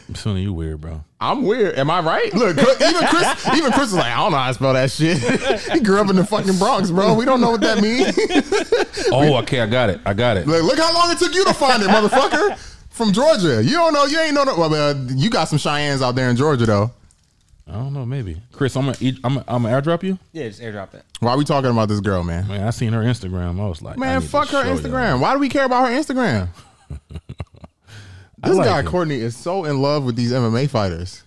S2: I'm telling you, weird, bro.
S1: I'm weird. Am I right? Look, even Chris, even Chris is like, I don't know how to spell that shit. *laughs* he grew up in the fucking Bronx, bro. We don't know what that means.
S2: Oh, okay, I got it. I got it.
S1: Look, look how long it took you to find it,
S2: *laughs*
S1: motherfucker. From Georgia, you don't know. You ain't know. No, well, uh, you got some Cheyennes out there in Georgia, though.
S2: I don't know, maybe Chris. I'm gonna eat- I'm gonna- I'm gonna airdrop you.
S3: Yeah, just airdrop it.
S1: Why are we talking about this girl, man?
S2: Man, I seen her Instagram. I was like, I
S1: Man,
S2: need to
S1: fuck her
S2: show y'all.
S1: Instagram. Why do we care about her
S2: *laughs*
S1: Instagram? this
S2: like
S1: guy
S2: it.
S1: Courtney is so in love with these MMA fighters.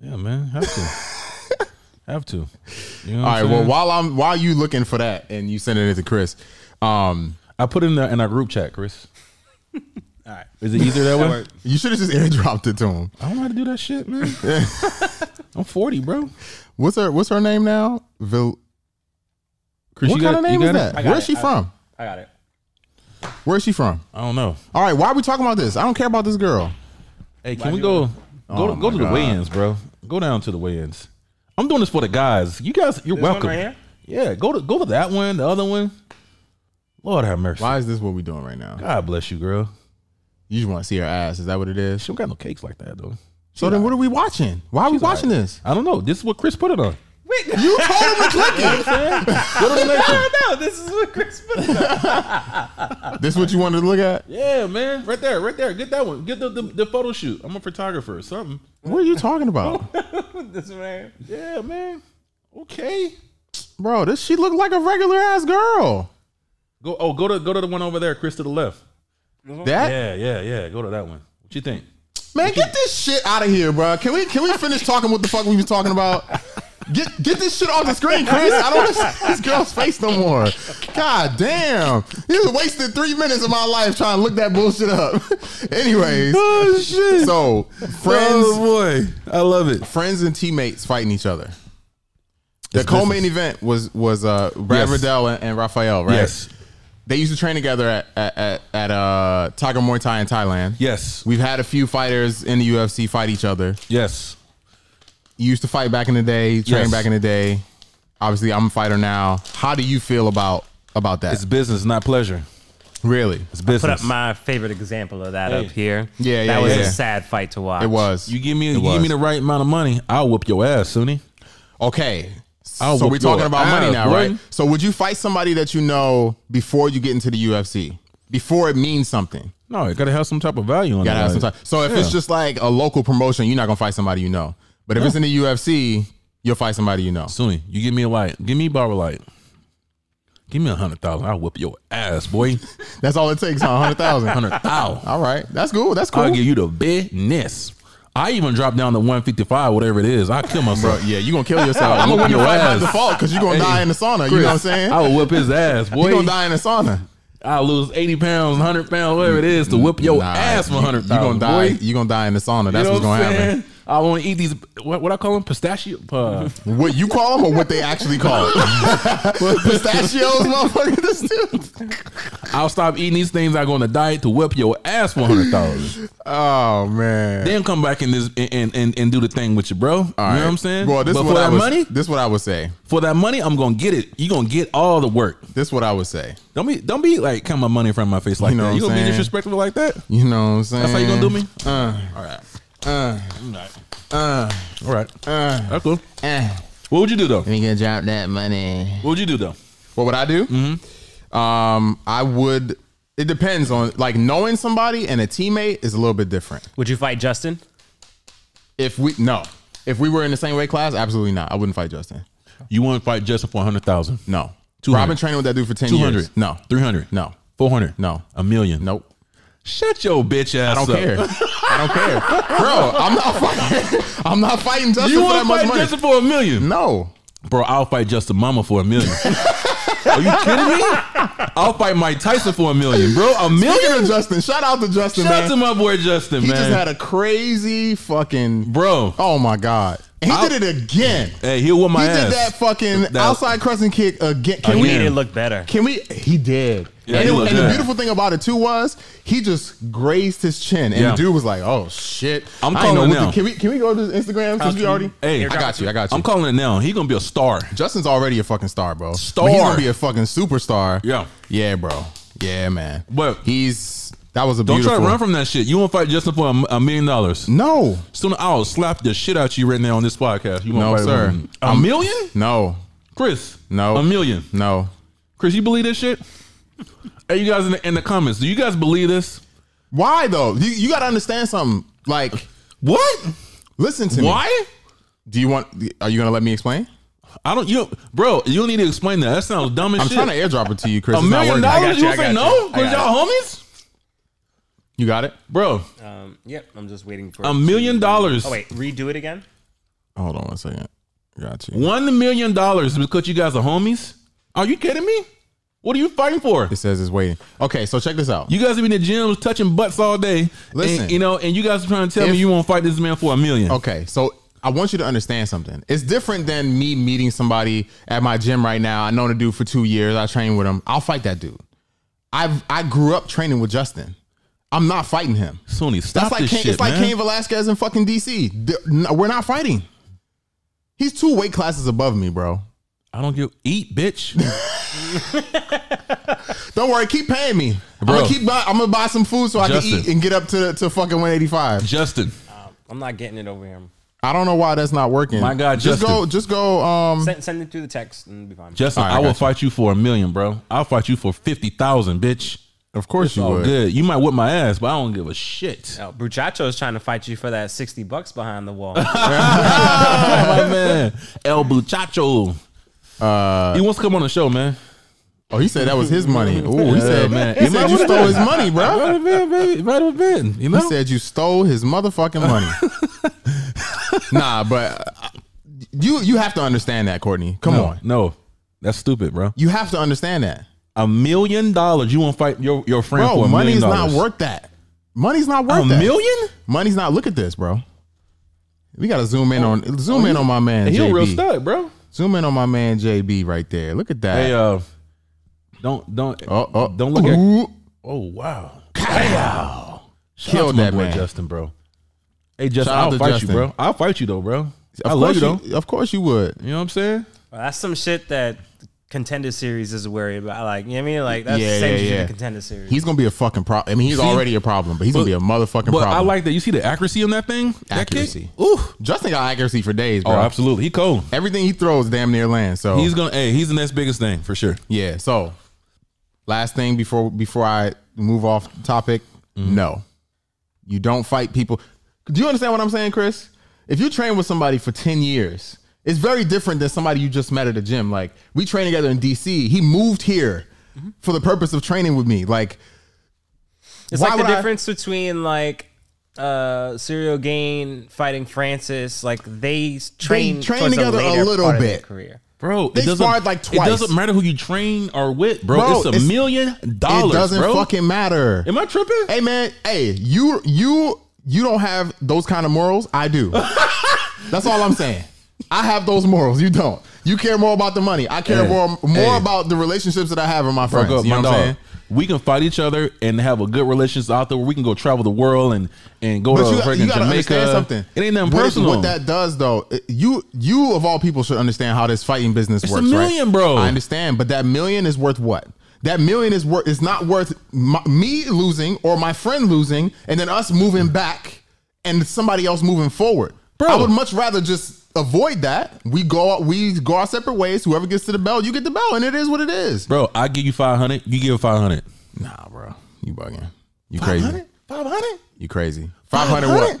S2: Yeah, man, have to, *laughs* have to. You
S1: All
S2: know
S1: right.
S2: what I'm
S1: Well,
S2: saying?
S1: while I'm while you looking for that and you sending it to Chris, um,
S2: I put it in the in our group chat, Chris. All right, is it easier that way?
S3: worked.
S1: you should have just *laughs* airdropped it to him.
S2: I don't know how to do that shit, *laughs* man. I'm 40, bro.
S1: What's her What's her name now? Vil-
S2: Chris,
S1: what
S2: you
S1: kind
S2: got-
S1: of
S2: you
S1: name
S2: got
S1: is
S2: it?
S1: that?
S3: I got
S1: Where's
S3: it.
S1: she
S3: I-
S1: from?
S3: I got it.
S1: Where's she from?
S2: I don't know.
S1: All right. Why are we talking about this? I don't care about this girl.
S2: Hey, can we go go
S1: Oh
S2: to, go
S1: my
S2: to the
S1: God.
S2: weigh-ins, bro? Go down to the weigh-ins. I'm doing this for the guys. You guys, you're
S3: This one
S2: welcome.
S3: right here?
S2: Yeah, go to go to that one, the other one. Lord have mercy.
S1: Why is this what we doing right now?
S2: God bless you, girl.
S1: You just want to see her ass? Is that what it is?
S2: She don't got no cakes like that though.
S1: So then, what are we watching? Why are we watching this?
S2: I don't know. This is what Chris put it on.
S1: *laughs*
S3: *laughs*
S1: You told him to click it.
S2: Go to the next one.
S3: No, this is what Chris put
S1: *laughs*
S3: up.
S1: This what you wanted to look at?
S2: Yeah, man, right there, right there. Get that one. Get the, the the photo shoot. I'm a photographer or something.
S1: What are you talking about?
S3: this one right here.
S2: Yeah, man. Okay.
S1: Bro, this she look like a regular ass girl.
S2: Go. Oh, go to go to the one over there, Chris, to the left.
S1: That
S2: Yeah, yeah, yeah. Go to that one. What you think?
S1: man, get this shit out of here, bro. Can we can we finish talking what the fuck we was talking about? Get get this shit off the screen, Chris. I don't want to see this girl's face no more. God damn, you just wasted three minutes of my life trying to look that bullshit up. *laughs* Anyways,
S2: Oh shit.
S1: so
S2: Oh
S1: friends,
S2: boy, I love it.
S1: friends and teammates fighting each other. The
S2: It's
S1: co-main
S2: business.
S1: event was was uh, Brad
S2: Yes.
S1: Riddell and, and Rafael, right?
S2: Yes,
S1: They used to train together at at, at, at uh, Tiger Muay Thai in Thailand.
S2: yes,
S1: We've had a few fighters in the UFC fight each other.
S2: yes.
S1: You used to fight back in the day, train
S2: Yes.
S1: back in the day. Obviously, I'm a fighter now. How do you feel about about that?
S2: It's business, not pleasure.
S1: really,
S2: It's
S3: Put
S2: business.
S3: up my favorite example of that
S2: Hey.
S3: up here.
S1: Yeah, yeah,
S3: That was
S1: yeah.
S3: a sad fight to watch.
S1: it was.
S2: you give me, you
S1: was.
S2: give me the right amount of money, I'll whoop your ass, Sunny.
S1: okay,
S2: I'll
S1: so
S2: whoop
S1: we're talking
S2: your
S1: about money
S2: ass,
S1: now,
S2: Ah, boy.
S1: right? So would you fight somebody that you know before you get into the UFC? Before it means something,
S2: No, it gotta have some type of value on
S1: gotta
S2: that.
S1: have some time. So if it's
S2: Yeah.
S1: just like a local promotion, you're not gonna fight somebody you know. But if it's in the UFC, you'll fight somebody you know.
S2: Sunny, you give me a light. Give me Barbara light. Give me a hundred thousand. I'll whoop your ass, *laughs* boy.
S1: That's all it takes, huh? Hundred thousand.
S2: *laughs* Hundred thousand.
S1: All right, that's cool. That's cool.
S2: I'll give you the business. I even drop down to one fifty five, whatever it is. I kill myself.
S1: Bro, yeah, you gonna
S2: *laughs*
S1: kill yourself. I'm
S2: I'll
S1: gonna
S2: whoop
S1: win your
S2: your
S1: fight by
S2: ass.
S1: default because you're gonna
S2: Hey,
S1: die in the sauna. you know what I'm saying?
S2: I will whip his ass, boy.
S1: you gonna die in the sauna.
S2: I'll lose eighty pounds, hundred pounds, whatever it is, to whip your
S1: Nah,
S2: ass for
S1: you-
S2: hundred
S1: You gonna
S2: thousand.
S1: die.
S2: boy.
S1: You gonna die in the sauna. That's
S2: You know
S1: what's
S2: what
S1: gonna
S2: I'm
S1: happen.
S2: saying? I want to eat these. What, what I call them? Pistachio.
S1: *laughs*
S2: Uh,
S1: What you call them or what they actually call it?
S2: *laughs*
S1: *laughs* Pistachios, motherfucker. This dude.
S2: I'll stop eating these things. I go on a diet to whip your ass for hundred
S1: *laughs*
S2: thousand.
S1: Oh man.
S2: then come back in this and, and and and do the thing with you, bro. you
S1: All
S2: know
S1: right.
S2: what I'm saying?
S1: Well, this
S2: but
S1: is
S2: for
S1: what I
S2: that
S1: was,
S2: money,
S1: This is what I would say.
S2: for that money, I'm gonna get it. You gonna get all the work.
S1: This is what I would say.
S2: Don't be don't be like come my money from my face like
S1: You know
S2: that.
S1: what
S2: You
S1: I'm
S2: gonna be
S1: saying?
S2: disrespectful like that?
S1: You know what I'm saying?
S2: That's how you gonna do me?
S1: Uh,
S2: All right,
S1: uh,
S2: all right.
S1: uh,
S2: That's cool.
S1: uh.
S2: What would you do though?
S1: We gonna drop that money.
S2: What would you do though?
S1: What would I do?
S2: Mm-hmm.
S1: Um, I would. It depends on like knowing somebody and a teammate is a little bit different.
S3: Would you fight Justin?
S1: If we no, if we were in the same weight class, absolutely not. I wouldn't fight Justin.
S2: You want to fight Justin for hundred thousand?
S1: No,
S2: 200.
S1: Robin training with that dude for ten
S2: Two hundred?
S1: years. No,
S2: Three hundred?
S1: No.
S2: Four hundred?
S1: No. Um,
S2: A million?
S1: nope.
S2: Shut your bitch ass
S1: I
S2: up.
S1: don't
S2: *laughs*
S1: care. I don't care, bro. I'm not fighting. I'm not fighting Justin
S2: You
S1: for
S2: want
S1: that
S2: to
S1: much
S2: fight
S1: money.
S2: Justin for a million?
S1: No,
S2: Bro, I'll fight Justin Mama for
S1: *laughs*
S2: a million. Are you kidding me? I'll fight Mike Tyson for a million, bro. A
S1: Speaking of
S2: million.
S1: Justin, shout out to Justin,
S2: Shout out
S1: man.
S2: to my boy Justin,
S1: he
S2: man.
S1: just had a crazy fucking.
S2: bro,
S1: Oh my god. He
S2: I'll-
S1: did it again.
S2: Hey, he'll whoop my
S1: he
S2: ass.
S1: did that fucking
S2: That-
S1: outside crescent kick again. Can
S3: He
S1: we?
S3: made it look better.
S1: Can we? He did.
S2: Yeah,
S1: and
S2: he
S1: it-
S2: looked
S1: and the
S2: good.
S1: beautiful thing about it too was he just grazed his chin, and
S2: Yeah.
S1: the dude was like, "Oh shit!"
S2: I'm
S1: I ain't
S2: calling
S1: know what
S2: it
S1: to-
S2: now.
S1: Can we? Can we go to Instagram? Because we already.
S2: Hey,
S1: I got you. I got you.
S2: I'm calling it now. He gonna be a star.
S1: Justin's already a fucking star, bro.
S2: Star.
S1: But he's gonna be a fucking superstar.
S2: Yeah.
S1: Yeah, bro. Yeah, man.
S2: But-
S1: he's that was a
S2: Don't
S1: beautiful.
S2: try to run from that shit. You won't fight Justin for a, a million dollars.
S1: no,
S2: Soon I'll slap the shit out you right now on this podcast. You won't
S1: No,
S2: fight
S1: sir.
S2: him. A
S1: I'm-
S2: million,
S1: no,
S2: Chris?
S1: No.
S2: a million.
S1: no.
S2: Chris, you believe this shit? Hey, you guys in the, in the comments, do you guys believe this?
S1: Why though? You you gotta understand something. Like,
S2: What?
S1: listen to me.
S2: Why?
S1: Do you want? Are you gonna let me explain?
S2: I don't. You, bro, you don't need to explain that. That sounds dumb as
S1: I'm
S2: shit.
S1: trying to airdrop it to you, Chris.
S2: a
S1: It's not
S2: million
S1: working.
S2: dollars?
S3: you,
S2: You,
S3: I
S2: gonna say
S3: got
S2: no?
S3: you. I
S2: Cause
S3: got
S2: y'all homies,
S1: You got it.
S2: bro.
S3: Um, yep, I'm just waiting for
S2: A
S3: it
S2: million
S3: to-
S2: dollars.
S3: Oh wait, redo it again.
S1: Hold on one second. Got you.
S2: One million dollars because you guys are homies? Are you kidding me? What are you fighting for?
S1: It says it's waiting. Okay, so check this out.
S2: You guys have been in the gyms touching butts all day.
S1: Listen.
S2: and, you know, and you guys are trying to tell
S1: If-
S2: me you won't fight this man for a million.
S1: Okay, so I want you to understand something. It's different than me meeting somebody at my gym right now. I know the dude for two years. I train with him. I'll fight that dude. I've I grew up training with Justin. I'm not fighting him.
S2: Sony,
S1: That's
S2: stop
S1: like
S2: this
S1: Cain,
S2: shit,
S1: it's like
S2: man.
S1: Cain Velasquez in fucking DC. Th- no, We're not fighting. He's two weight classes above me, bro.
S2: I don't give eat,
S1: *laughs*
S2: bitch.
S1: Don't worry, keep paying me. I'm
S2: Bro.
S1: gonna keep. Buy, I'm gonna buy some food so I
S2: Justin.
S1: can eat and get up to to fucking 185.
S2: Justin,
S3: Um, I'm not getting it over here.
S1: I don't know why that's not working.
S2: My God,
S1: just
S2: Justin.
S1: go, just go. Um,
S3: Send, send it through the text and it'll be fine.
S2: Justin,
S1: All right, I
S2: I will
S1: got you.
S2: fight you for a million, bro. I'll fight you for fifty thousand, bitch.
S1: of course you
S2: Oh,
S1: would.
S2: good. You might whip my ass, but I don't give a shit.
S1: *laughs*
S3: Now, Bruchacho is trying to fight you for that sixty bucks behind the *laughs* wall.
S2: my *laughs* man, El Buchacho.
S1: Uh,
S2: he wants to come on the show,
S1: *laughs*
S2: man.
S1: Oh, he said that was his money.
S2: *laughs*
S1: Ooh, he
S2: Yeah,
S1: said,
S2: man.
S1: he
S2: It
S1: said
S2: might
S1: you
S2: would've
S1: stole
S2: been.
S1: his money, bro.
S2: *laughs* Might have been, baby. Might have been. You
S1: He
S2: know.
S1: said you stole his motherfucking money.
S2: *laughs*
S1: nah, but uh, you you have to understand that, Courtney. Come
S2: no,
S1: on,
S2: no, that's stupid, bro.
S1: you have to understand that,
S2: A million dollars, you won't fight your your friend
S1: bro.
S2: for a
S1: Money's
S2: million
S1: not
S2: dollars.
S1: worth that. Money's not worth
S2: a
S1: that.
S2: million.
S1: Money's not. Look at this, bro. We gotta zoom in on zoom in on my man.
S2: He a
S1: JB.
S2: real stud, bro.
S1: Zoom in on my man JB right there. Look at that.
S2: Hey, uh, don't don't
S1: oh, oh,
S2: don't look at-
S1: Ooh.
S2: Oh wow! Shout
S1: Killed
S2: out to my
S1: that
S2: boy
S1: man.
S2: Justin, bro. Hey, Justin,
S1: Shout out
S2: I'll
S1: to
S2: fight
S1: Justin.
S2: you, bro. I'll fight you though, bro.
S1: Of
S2: I love you
S1: course
S2: though.
S1: you- Of course you would.
S2: You know what I'm saying?
S3: Well, that's some shit that contender series is worried about. Like, you know what I mean? Like, that's
S1: Yeah,
S3: the same
S1: yeah,
S3: shit
S1: yeah.
S3: in contender series.
S1: He's gonna be a fucking problem. I mean, he's
S2: See?
S1: already a problem, but he's gonna be a motherfucking
S2: But
S1: problem.
S2: I like that. You see the accuracy on that thing?
S1: Accuracy. Oh,
S2: That kick? Ooh.
S1: Justin got accuracy for days,
S2: Oh,
S1: bro.
S2: absolutely. He cold.
S1: Everything he throws damn near lands. So
S2: He's gonna. Hey, he's the next biggest thing for sure.
S1: yeah. So last thing before before I move off topic,
S2: Mm-hmm.
S1: no, you don't fight people. Do you understand what I'm saying, Chris? If you train with somebody for ten years, it's very different than somebody you just met at a gym. Like we trained together in DC. He moved here
S2: Mm-hmm.
S1: for the purpose of training with me. Like
S3: it's
S1: why
S3: like the
S1: would I-
S3: difference between, like, uh, Serial Gain fighting Francis. Like, they train,
S1: train
S3: towards
S1: together a
S3: a, later
S1: little
S3: part of their
S1: bit.
S3: career.
S2: Bro,
S1: They
S2: it doesn't-
S1: sparred, like, twice.
S2: It doesn't matter who you train or with, bro.
S1: Bro,
S2: it's a
S1: it's-
S2: million dollars.
S1: it doesn't
S2: bro.
S1: fucking matter.
S2: Am I tripping?
S1: Hey man, hey, you you you don't have those kind of morals. I
S2: *laughs*
S1: do. That's all I'm saying. I have those morals. You don't. You care more about the money. I care
S2: Hey,
S1: more more
S2: hey.
S1: about the relationships that I have in my friends.
S2: Fuck up,
S1: you know
S2: my
S1: what
S2: dog.
S1: I'm saying?
S2: We can fight each other and have a good relationship out there where we can go travel the world and and go
S1: But
S2: to
S1: you, got-
S2: freaking
S1: you gotta
S2: Jamaica.
S1: understand something.
S2: It ain't nothing
S1: What it-
S2: personal.
S1: What that does, though, it- you you of all people should understand how this fighting business
S2: a
S1: works.
S2: million,
S1: right?
S2: bro.
S1: I understand, but that million is worth what? That million is worth. It's not worth my, me losing or my friend losing, and then us moving back and somebody else moving forward.
S2: Bro.
S1: I would much rather just avoid that. We go we go our separate ways. Whoever gets to the bell, you get the bell, and it is what it is.
S2: bro, I give you five hundred. You give five hundred.
S1: Nah, bro, you bugging. You crazy.
S2: Five hundred.
S1: You crazy. Five hundred what?
S2: 500?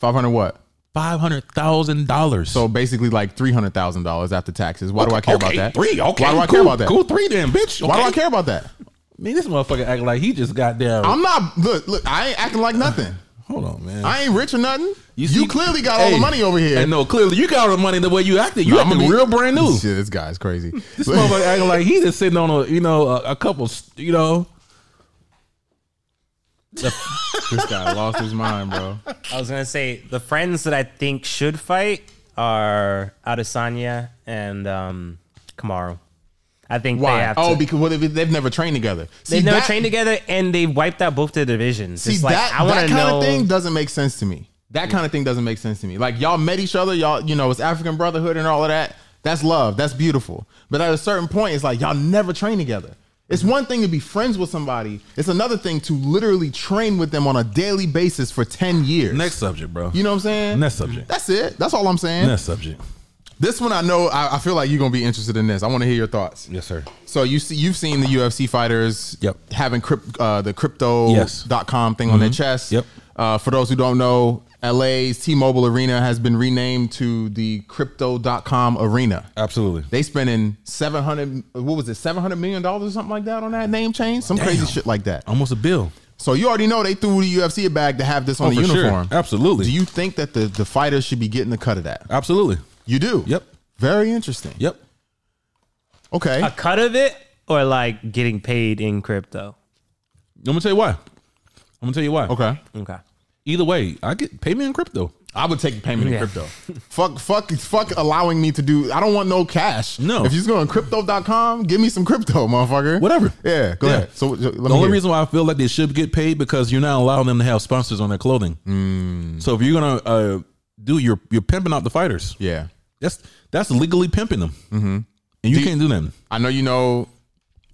S1: Five hundred what?
S2: Five hundred thousand dollars.
S1: So basically, like three hundred thousand dollars after taxes. Why do I care about that?
S2: Three. Okay.
S1: Why do I
S2: cool,
S1: care about that?
S2: Cool. Three. Then, bitch.
S1: Why do I
S2: okay.
S1: care about that?
S2: Man, this motherfucker act like he just got down.
S1: I'm not look. Look, I ain't acting like nothing.
S2: Hold on, man.
S1: I ain't rich or nothing. You,
S2: see-
S1: clearly got all the
S2: Hey,
S1: money over here.
S2: Hey, no, clearly you got all the money the way you acted. You
S1: Nah,
S2: acting
S1: I'ma be-
S2: real brand
S1: *laughs*
S2: new.
S1: Shit, this guy's crazy.
S2: This motherfucker acting like he just sitting on a you know a, a couple s- you know.
S1: this guy lost his mind, bro.
S3: I was going to say, the friends that I think should fight are Adesanya and um, Kamaru. I think they
S1: Why?
S3: have to.
S1: Oh, because well, they- they've never trained together. See,
S3: They've never
S1: that-
S3: trained together, and they wiped out both their divisions.
S1: See
S3: it's like
S1: that
S3: I want
S1: that
S3: to
S1: kind
S3: know.
S1: of thing doesn't make sense to me. That kind of thing doesn't make sense to me. Like y'all met each other, y'all you know it's African Brotherhood and all of that. That's love. That's beautiful. But at a certain point, it's like y'all never train together. It's one thing to be friends with somebody. It's another thing to literally train with them on a daily basis for ten years.
S2: Next subject, bro.
S1: you know what I'm saying?
S2: Next subject.
S1: That's it. That's all I'm saying.
S2: Next subject.
S1: This one I know. I, I feel like you're gonna be interested in this. I want to hear your thoughts.
S2: Yes, sir.
S1: So you see, you've seen the UFC fighters
S2: Yep.
S1: having crypt, uh, the crypto.com
S2: Yes. Mm-hmm.
S1: thing on their chest.
S2: Yep.
S1: Uh, for those who don't know, LA's T-Mobile Arena has been renamed to the crypto.com arena.
S2: Absolutely.
S1: They spending 700 what was it? 700 million dollars or something like that on that name change? Some crazy shit like that.
S2: Almost a bill.
S1: So you already know they threw the UFC a bag to have this on
S2: Oh,
S1: the
S2: for sure.
S1: uniform.
S2: Absolutely.
S1: Do you think that the the fighters should be getting a cut of that?
S2: Absolutely.
S1: You do.
S2: Yep.
S1: Very interesting.
S2: Yep.
S1: Okay.
S3: a cut of it, or like getting paid in crypto.
S2: I'm gonna tell you why. I'm gonna tell you why.
S1: Okay.
S3: Okay.
S2: Either way, I get pay me in crypto.
S1: I would take the payment
S3: Yeah.
S1: in crypto. fuck, fuck, fuck allowing me to do. I don't want no cash.
S2: No.
S1: If you just go on crypto.com, give me some crypto, motherfucker.
S2: Whatever.
S1: Yeah, go
S2: Yeah.
S1: ahead. So let
S2: The only reason why I feel like they should get paid because you're not allowing them to have sponsors on their clothing. So if you're gonna uh, do, you're you're pimping out the fighters.
S1: Yeah.
S2: That's that's legally pimping them, mm-hmm. and you can't do that.
S1: I know you know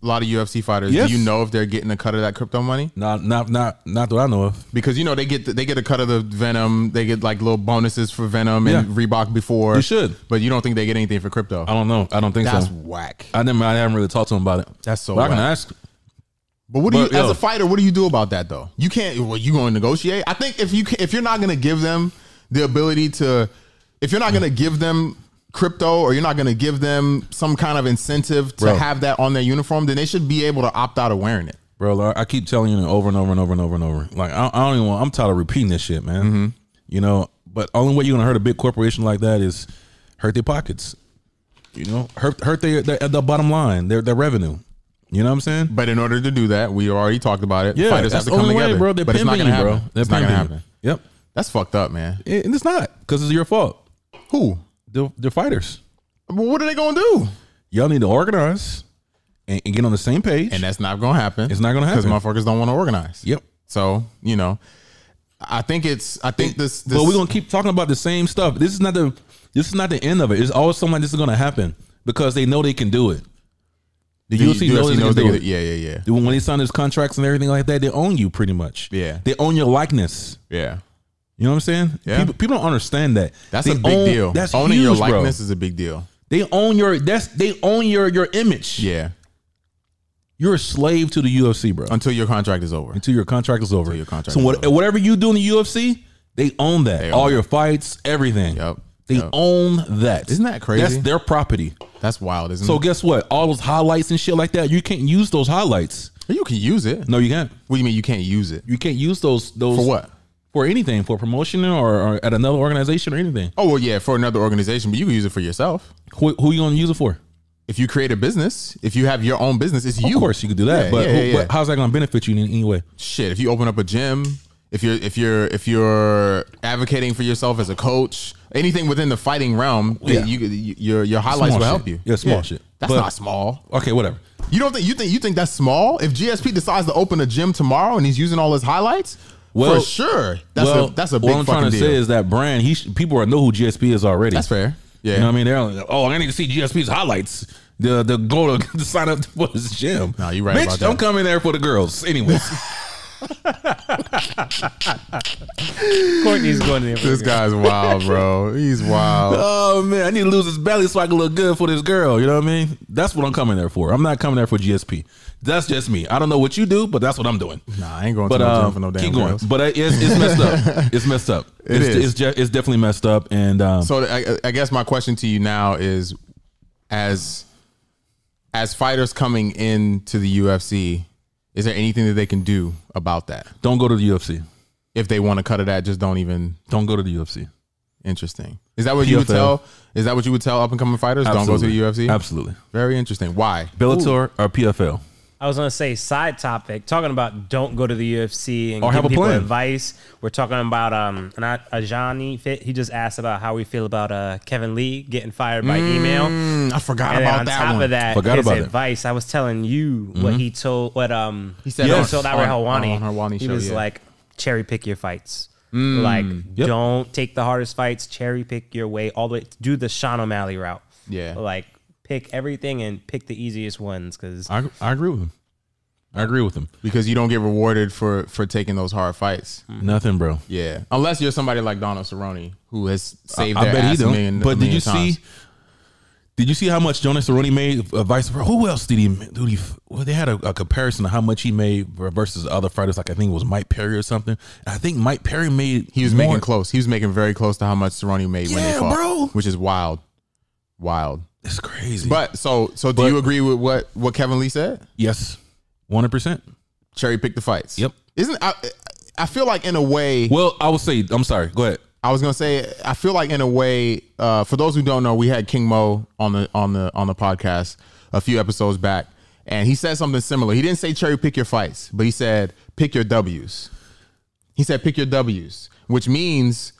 S1: a lot of UFC fighters.
S2: Yes.
S1: Do you know if they're getting a cut of that crypto money?
S2: Not not not not that I know of.
S1: Because you know they get they get a cut of the Venom. They get like little bonuses for Venom and
S2: Yeah.
S1: Reebok before.
S2: They should.
S1: But you don't think they get anything for crypto?
S2: I don't know. I don't think
S1: That's
S2: so.
S1: whack.
S2: I never. I haven't really talked to him about it.
S1: That's so
S2: But I can
S1: whack.
S2: ask.
S1: But what do
S2: But,
S1: you, as
S2: yo.
S1: a fighter, what do you do about that though? You can't. Well, you going to negotiate? I think if you ca- if you're not going to give them the ability to, if you're not going to give them crypto or you're not going to give them some kind of incentive to
S2: Bro.
S1: have that on their uniform, then they should be able to opt out of wearing it.
S2: bro. like, I keep telling you over and over and over and over and over. Like I, I don't even. want I'm tired of repeating this shit, man. You know, but only way you're gonna hurt a big corporation like that is hurt their pockets. You know, hurt hurt their, their the bottom line, their their revenue. You know what I'm saying?
S1: But in order to do that, we already talked about it.
S2: Yeah,
S1: fighters have
S2: that's
S1: to
S2: the
S1: come
S2: only
S1: together,
S2: way, bro. They're
S1: but it's not
S2: pimping
S1: going to
S2: you,
S1: happen.
S2: bro. They're
S1: It's not going to
S2: pimping you.
S1: happen.
S2: Yep,
S1: That's fucked up, man.
S2: and and it's not because it's your fault.
S1: Who?
S2: They're, they're fighters.
S1: Well, what are they going to do?
S2: Y'all need to organize and, and get on the same page.
S1: And that's not going to happen.
S2: It's not gonna
S1: because
S2: happen.
S1: motherfuckers don't want to organize.
S2: yep.
S1: So you know, I think it's. I think this. this
S2: but we're gonna keep talking about the same stuff. This is not the this is not the end of it. It's always something like this is gonna happen because they know they can do it. The,
S1: The
S2: UFC, knows, they can do it.
S1: Yeah, yeah, yeah.
S2: When they sign those contracts and everything like that, they own you pretty much.
S1: Yeah.
S2: they own your likeness.
S1: Yeah.
S2: You know what I'm saying?
S1: Yeah.
S2: People, people don't understand that.
S1: That's
S2: They
S1: a big
S2: own-
S1: deal.
S2: That's
S1: Owning your
S2: huge, bro.
S1: likeness is a big deal.
S2: They own your that's they own your your image.
S1: Yeah.
S2: You're a slave to the UFC, bro.
S1: Until your contract is over.
S2: Until your contract is over.
S1: your contract
S2: so
S1: is
S2: what,
S1: over.
S2: whatever you do in the UFC, they own that.
S1: They own
S2: All
S1: it.
S2: your fights, everything.
S1: Yep.
S2: They
S1: Yep.
S2: own that.
S1: Isn't that crazy?
S2: That's their property.
S1: That's wild, isn't
S2: So
S1: it?
S2: guess what? All those highlights and shit like that, you can't use those highlights.
S1: You can use it.
S2: No, you can't.
S1: What do you mean you can't use it?
S2: You can't use those those
S1: For what?
S2: For anything, for promotion or, or at another organization or anything.
S1: Oh well, yeah, for another organization, but you can use it for yourself.
S2: Who, who you gonna use it for?
S1: If you create a business, if you have your own business, it's you.
S2: Of course, you could do that,
S1: Yeah,
S2: but,
S1: yeah,
S2: who-
S1: yeah, yeah.
S2: but how's that gonna benefit you in any way?
S1: Shit, if you open up a gym, if you're if you're if you're advocating for yourself as a coach, anything within the fighting realm,
S2: Yeah.
S1: you, you, your your highlights
S2: Small
S1: will help
S2: shit.
S1: you.
S2: Yeah, small shit.
S1: That's
S2: But-
S1: not small.
S2: Okay, whatever.
S1: You don't think you think you think that's small? If GSP decides to open a gym tomorrow and he's using all his highlights,
S2: Well-
S1: for sure that's
S2: well,
S1: a that's a big
S2: what I'm
S1: fucking
S2: trying to
S1: deal.
S2: say is that brand. He sh- people are know who GSP is already.
S1: that's fair. Yeah,
S2: You know what I mean? They're like, oh, I need to see GSP's highlights. The the go to, *laughs* to sign up for his gym.
S1: Nah, you right
S2: Bitch,
S1: about that.
S2: don't come in there for the
S1: *laughs*
S2: girls. Anyways,
S3: Courtney's going to
S1: this guy's
S2: *laughs*
S1: wild, bro. He's wild.
S2: oh man, I need to lose this belly so I can look good for this girl. You know what I mean? That's what I'm coming there for. I'm not coming there for GSP. That's just me. I don't know what you do, but that's what
S1: *laughs*
S2: I'm doing.
S1: Nah, I ain't going
S2: But
S1: to no
S2: uh,
S1: gym for no damn
S2: keep going.
S1: girls.
S2: But uh, it's, it's
S1: *laughs*
S2: messed up. It's messed up. it's,
S1: is.
S2: It's, ju- it's definitely messed up. And um,
S1: So I, I guess my question to you now is, as as fighters coming into the UFC, is there anything that they can do about that?
S2: don't go to the UFC.
S1: If they want to cut it at, just don't even.
S2: Don't go to the UFC.
S1: Interesting. Is that what you would
S2: PFL.
S1: tell? Is that what you would tell up and coming fighters? Don't go to the
S2: Absolutely.
S1: UFC.
S2: Absolutely.
S1: Very interesting. Why?
S2: Bellator or PFL.
S3: I was gonna say side topic, talking about don't go to the UFC
S1: Oh,
S3: and
S2: Or
S3: give
S2: have a
S3: people
S2: plan.
S3: advice. We're talking about um and I, Ajani fit. He just asked about how we feel about uh Kevin Lee getting fired by email.
S1: Mm, I forgot
S3: And then
S1: about
S3: on
S1: that
S3: top
S1: one.
S3: of that,
S2: Forgot
S3: his
S2: about it. Mm-hmm.
S3: advice. I was telling you what he told, what um he
S1: said
S2: on-
S3: he told
S1: on-
S3: Ira Helwani.
S1: on Helwani
S3: he
S1: show,
S3: was
S1: yeah. Mm,
S3: like, cherry pick your fights. like,
S2: Yep.
S3: don't take the hardest fights. Cherry pick your way all the way. Do the Sean O'Malley route.
S1: Yeah.
S3: like pick everything and pick the easiest ones because
S2: I, I agree with him. I agree with him.
S1: because you don't get rewarded for for taking those hard fights.
S2: Mm-hmm. Nothing, bro.
S1: Yeah, unless you're somebody like Donald Cerrone who has saved
S2: I
S1: their
S2: bet he
S1: ass a
S2: don't.
S1: million.
S2: but
S1: a
S2: did
S1: million
S2: you
S1: times.
S2: see? Did you see how much Jonas Cerrone made uh, vice versa? Who else did he? Dude, he, well, they had a, a comparison of how much he made versus the other fighters. Like I think it was Mike Perry or something. I think Mike Perry made
S1: He was
S2: more-
S1: making close. He was making very close to how much Cerrone made when they
S2: Yeah,
S1: fought,
S2: bro.
S1: which is wild, wild.
S2: It's crazy.
S1: But so so, do
S2: But-
S1: you agree with what what Kevin Lee said?
S2: yes, one hundred percent.
S1: Cherry pick the fights.
S2: Yep.
S1: Isn't I? I feel like in a way.
S2: Well, I would say I'm sorry. Go ahead.
S1: I was gonna say, I feel like in a way, uh, for those who don't know, we had King Mo on the on the on the podcast a few episodes back, and he said something similar. He didn't say cherry pick your fights, but he said pick your W's. He said pick your W's, which means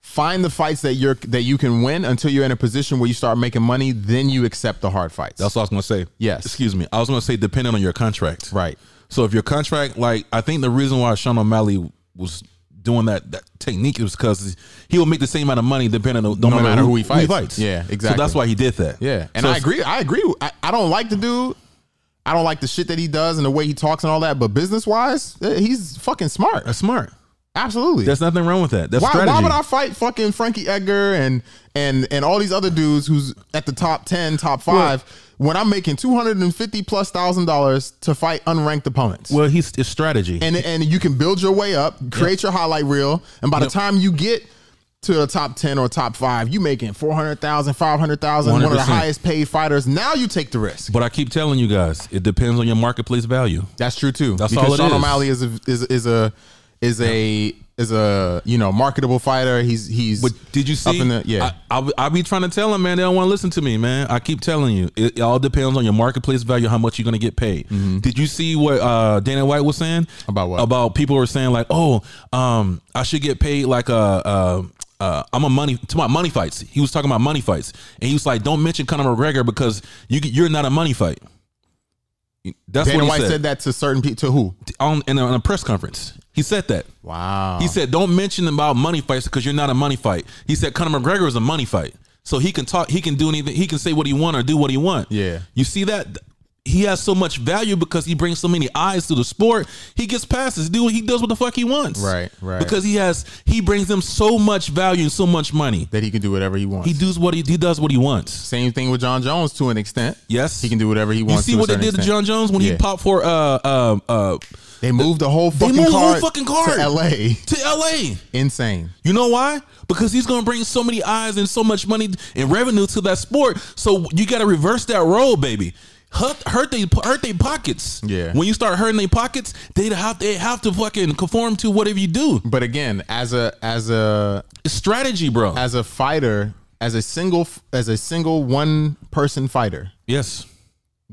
S1: find the fights that you're that you can win until you're in a position where you start making money. Then you accept the hard fights.
S2: That's what I was gonna say.
S1: Yes.
S2: Excuse me. I was gonna say depending on your contract.
S1: right.
S2: So if your contract, like I think the reason why Sean O'Malley was doing that, that technique was because he will make the same amount of money depending on no
S1: matter who he fights. Yeah,
S2: So
S1: exactly.
S2: that's why he did that.
S1: Yeah, and
S2: So
S1: I agree. I agree. with- I, I don't like the dude. I don't like the shit that he does and the way he talks and all that. But business wise, he's fucking smart.
S2: That's smart.
S1: Absolutely.
S2: There's nothing wrong with that. That's
S1: why,
S2: strategy.
S1: why would I fight fucking Frankie Edgar and and and all these other dudes who's at the top ten, top five when I'm making two hundred and fifty plus thousand dollars to fight unranked opponents?
S2: well, he's it's strategy.
S1: and and you can build your way up, create your highlight reel, and by the time you get to the top ten or top five, you making 400,000, 500,000, one of the
S2: 100%.
S1: highest paid fighters. Now you take the risk.
S2: but I keep telling you guys, it depends on your marketplace value.
S1: That's true too.
S2: That's
S1: because
S2: all it
S1: Sean
S2: is.
S1: O'Malley is a is, is a is a is a you know marketable fighter. He's he's.
S2: But did you see?
S1: Up in the, yeah.
S2: I, I, I be trying to tell them, man. They don't want to listen to me, man. I keep telling you, it, it all depends on your marketplace value, how much you're gonna get paid. Did you see what uh, Dana White was saying
S1: Mm-hmm. About what?
S2: About people were saying like, oh, um, I should get paid like a. Uh, uh, I'm a money to my money fights. He was talking about money fights, and he was like, "Don't mention Conor McGregor because you you're not a money fight." That's
S1: Dana
S2: what he
S1: White
S2: said,
S1: said. that to certain people. To who?
S2: on in a, in a press conference. He said that.
S1: Wow.
S2: He said, "Don't mention about money fights because you're not a money fight." He said, "Conor McGregor is a money fight, so he can talk, he can do anything, he can say what he want or do what he want."
S1: Yeah.
S2: you see that he has so much value because he brings so many eyes to the sport. He gets passes, do he does what the fuck he wants,
S1: Right, right.
S2: Because he has he brings them so much value and so much money.
S1: that he can do whatever he wants.
S2: He does what he, he does what he wants.
S1: Same thing with John Jones to an extent.
S2: Yes,
S1: He can do whatever he
S2: You
S1: wants.
S2: see
S1: to a
S2: what they
S1: certain
S2: did to
S1: extent.
S2: John Jones when
S1: Yeah.
S2: he popped for uh uh uh
S1: They moved the whole fucking
S2: moved the whole
S1: card
S2: fucking card.
S1: to L.A.
S2: to L.A.
S1: *laughs* Insane.
S2: You know why? Because he's going to bring so many eyes and so much money and revenue to that sport. So you got to reverse that role, baby. Hurt, hurt they hurt they pockets.
S1: Yeah.
S2: When you start hurting their pockets, they have they have to fucking conform to whatever you do.
S1: But again, as a as a
S2: It's strategy, bro.
S1: as a fighter, as a single as a single one person fighter,
S2: yes.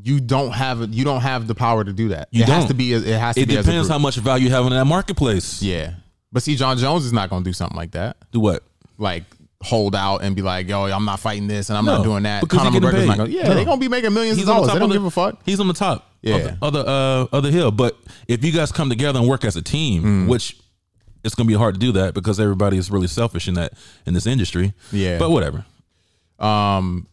S1: you don't have you don't have the power to do that.
S2: You
S1: it has
S2: don't.
S1: to be it has to
S2: It
S1: be as a
S2: depends
S1: group.
S2: how much value you have in that marketplace.
S1: yeah. But see, John Jones is not going to do something like that.
S2: Do what?
S1: Like hold out and be like, "Yo, I'm not fighting this, and I'm
S2: No,
S1: not doing that."
S2: because
S1: Conor
S2: he getting
S1: McGregor's not
S2: paid.
S1: going. Yeah,
S2: No.
S1: they're going to be making millions of
S2: on
S1: dollars.
S2: top
S1: They
S2: of
S1: don't
S2: the-
S1: give a fuck.
S2: He's on the top. Of
S1: Yeah.
S2: the, of the uh of the hill. But if you guys come together and work as a team,
S1: Mm.
S2: which it's gonna be hard to do that because everybody is really selfish in that in this industry.
S1: Yeah.
S2: But whatever.
S1: Um,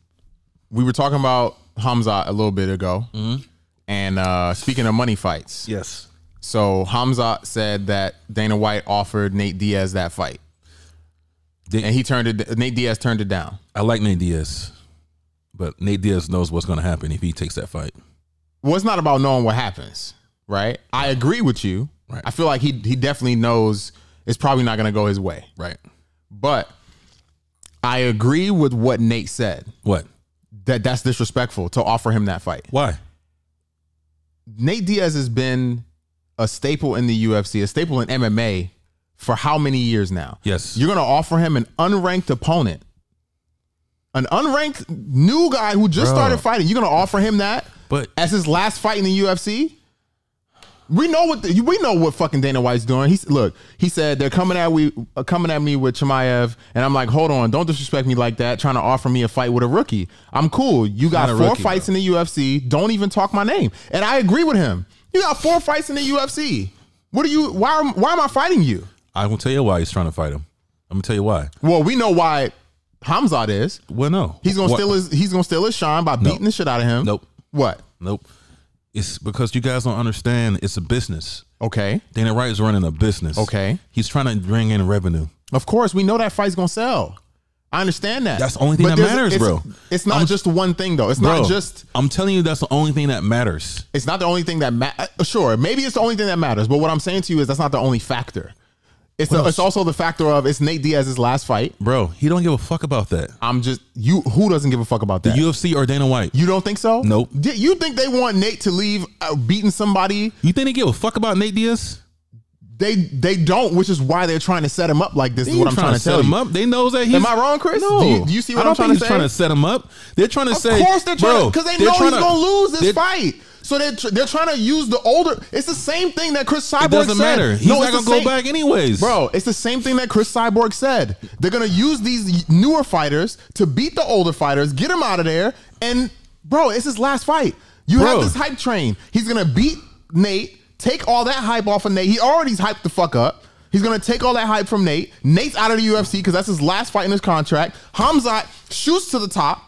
S1: we were talking about Hamza a little bit ago,
S2: Mm-hmm.
S1: and uh, speaking of money fights,
S2: Yes.
S1: so Hamza said that Dana White offered Nate Diaz that fight,
S2: They-
S1: and he turned it. Nate Diaz turned it down.
S2: I like Nate Diaz, but Nate Diaz knows what's gonna happen if he takes that fight.
S1: Well, it's not about knowing what happens, right? I agree with you.
S2: Right.
S1: I feel like he he definitely knows it's probably not going to go his way,
S2: Right.
S1: but I agree with what Nate said
S2: What?
S1: that that's disrespectful to offer him that fight.
S2: Why?
S1: Nate Diaz has been a staple in the UFC, a staple in MMA for how many years now?
S2: Yes.
S1: You're going to offer him an unranked opponent, an unranked new guy who just
S2: Bro.
S1: started fighting. You're going to offer him that?
S2: But
S1: as his last fight in the UFC. We know what the, we know what fucking Dana White's doing. He's look. He said they're coming at we uh, coming at me with Chimaev, and I'm like, hold on, don't disrespect me like that. Trying to offer me a fight with a rookie. I'm cool. You got
S2: not a
S1: four
S2: rookie,
S1: fights in the UFC. Don't even talk my name. And I agree with him. You got four fights in the UFC. What are you? Why? am- Why am I fighting you?
S2: I'm gonna tell you why he's trying to fight him. I'm gonna tell you why.
S1: Well, we know why Hamzat is.
S2: Well, no,
S1: He's gonna
S2: What-
S1: steal his. He's gonna steal his shine by beating the shit out of him.
S2: Nope.
S1: What?
S2: Nope. It's because you guys don't understand. It's a business.
S1: Okay.
S2: Dana Wright is running a business.
S1: Okay.
S2: He's trying to bring in revenue.
S1: Of course, we know that fight's gonna sell. I understand that.
S2: That's the only thing that
S1: there's-
S2: matters,
S1: it's-
S2: bro.
S1: It's not just one thing though. It's
S2: Bro,
S1: not just.
S2: I'm telling you, that's the only thing that matters.
S1: It's not the only thing that matters. Sure, maybe it's the only thing that matters. But what I'm saying to you is that's not the only factor. It's the,
S2: else?
S1: it's also the factor of it's Nate Diaz's last fight.
S2: Bro, he don't give a fuck about that.
S1: I'm just you. Who doesn't give a fuck about that? You,
S2: UFC or Dana White.
S1: don't think so?
S2: Nope.
S1: Di- You think they want Nate to leave uh, beating somebody?
S2: You think they give a fuck about Nate Diaz?
S1: They they don't, which is why they're trying to set him up like this. Is what I'm trying, to
S2: set
S1: tell
S2: him
S1: you.
S2: up. They knows that he's.
S1: Am I wrong, Chris?
S2: No.
S1: Do you, do you see what
S2: I don't
S1: am trying
S2: think
S1: to
S2: he's
S1: say?
S2: trying to set him up. They're trying to say,
S1: Of course they're trying
S2: bro,
S1: because they
S2: they're
S1: know he's
S2: trying to-
S1: gonna lose this
S2: they're-
S1: fight. So they're tr- they're trying to use the older. It's the same thing that Chris Cyborg
S2: It doesn't
S1: said.
S2: matter. He's not
S1: it's
S2: gonna
S1: the
S2: go
S1: same-
S2: back anyways,
S1: Bro, it's the same thing that Chris Cyborg said. They're gonna use these newer fighters to beat the older fighters, get him out of there, and bro, it's his last fight. You have
S2: Bro.
S1: this hype train. He's gonna beat Nate, take all that hype off of Nate. He already's hyped the fuck up. He's gonna take all that hype from Nate. Nate's out of the UFC because that's his last fight in his contract. Hamzat shoots to the top,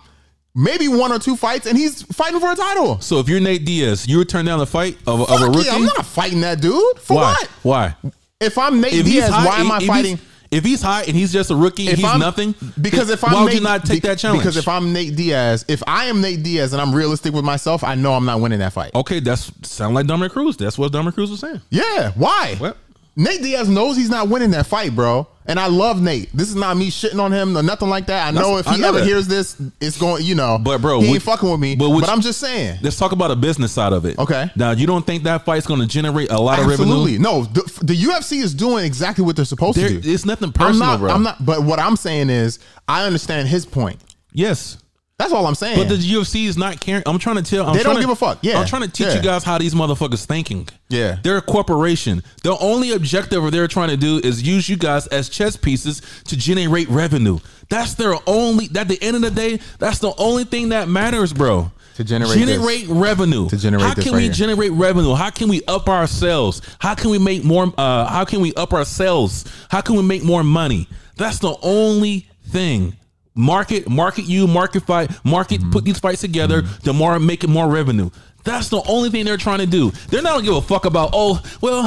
S1: maybe one or two fights, and he's fighting for a title.
S2: So if you're Nate Diaz, you would turn down the fight of, of a
S1: Fuck
S2: rookie.
S1: yeah, I'm not fighting that dude. For
S2: why?
S1: what?
S2: Why?
S1: If I'm Nate Diaz, why am I
S2: if
S1: fighting?
S2: He's, if he's hot and he's just a rookie, and
S1: if
S2: he's
S1: I'm-
S2: nothing.
S1: Because
S2: then
S1: if I'm
S2: why would
S1: Nate,
S2: you not take
S1: be-
S2: that challenge?
S1: Because if I'm Nate Diaz, if I am Nate Diaz and I'm realistic with myself, I know I'm not winning that fight.
S2: okay, that's sound like Dominic Cruz. That's what Dominic Cruz was saying.
S1: Yeah, why?
S2: What?
S1: Nate Diaz knows he's not winning that fight, bro. And I love Nate. This is not me shitting on him or nothing like that. I know if
S2: I
S1: he
S2: know
S1: ever
S2: that.
S1: hears this, it's going, you know.
S2: But, bro,
S1: he
S2: would-
S1: ain't fucking with me.
S2: but
S1: But,
S2: would you-
S1: I'm just saying.
S2: Let's talk about a business side of it.
S1: Okay.
S2: Now you don't think that fight's going to generate a lot
S1: Absolutely.
S2: of revenue?
S1: No, the, the UFC is doing exactly what they're supposed
S2: There,
S1: to do.
S2: it's nothing personal,
S1: I'm not,
S2: bro.
S1: I'm not, but what I'm saying is, I understand his point.
S2: Yes.
S1: That's all I'm saying.
S2: But the UFC is not caring. I'm trying to tell. I'm
S1: They don't
S2: trying to-
S1: give a fuck. Yeah.
S2: I'm trying to teach
S1: Yeah.
S2: you guys how these motherfuckers thinking.
S1: Yeah.
S2: They're a corporation. The only objective of they're trying to do is use you guys as chess pieces to generate revenue. That's their only. At the end of the day, that's the only thing that matters, bro.
S1: To generate
S2: generate revenue.
S1: To generate
S2: how
S1: this
S2: can
S1: right
S2: we
S1: here.
S2: generate revenue? How can we up ourselves? How can we make more? Uh, how can we up ourselves? How can we make more money? That's the only thing. Market, market you, market fight, market.
S1: Mm-hmm.
S2: Put these fights together. The more make it more revenue. That's the only thing they're trying to do. They're not gonna give a fuck about. Oh well,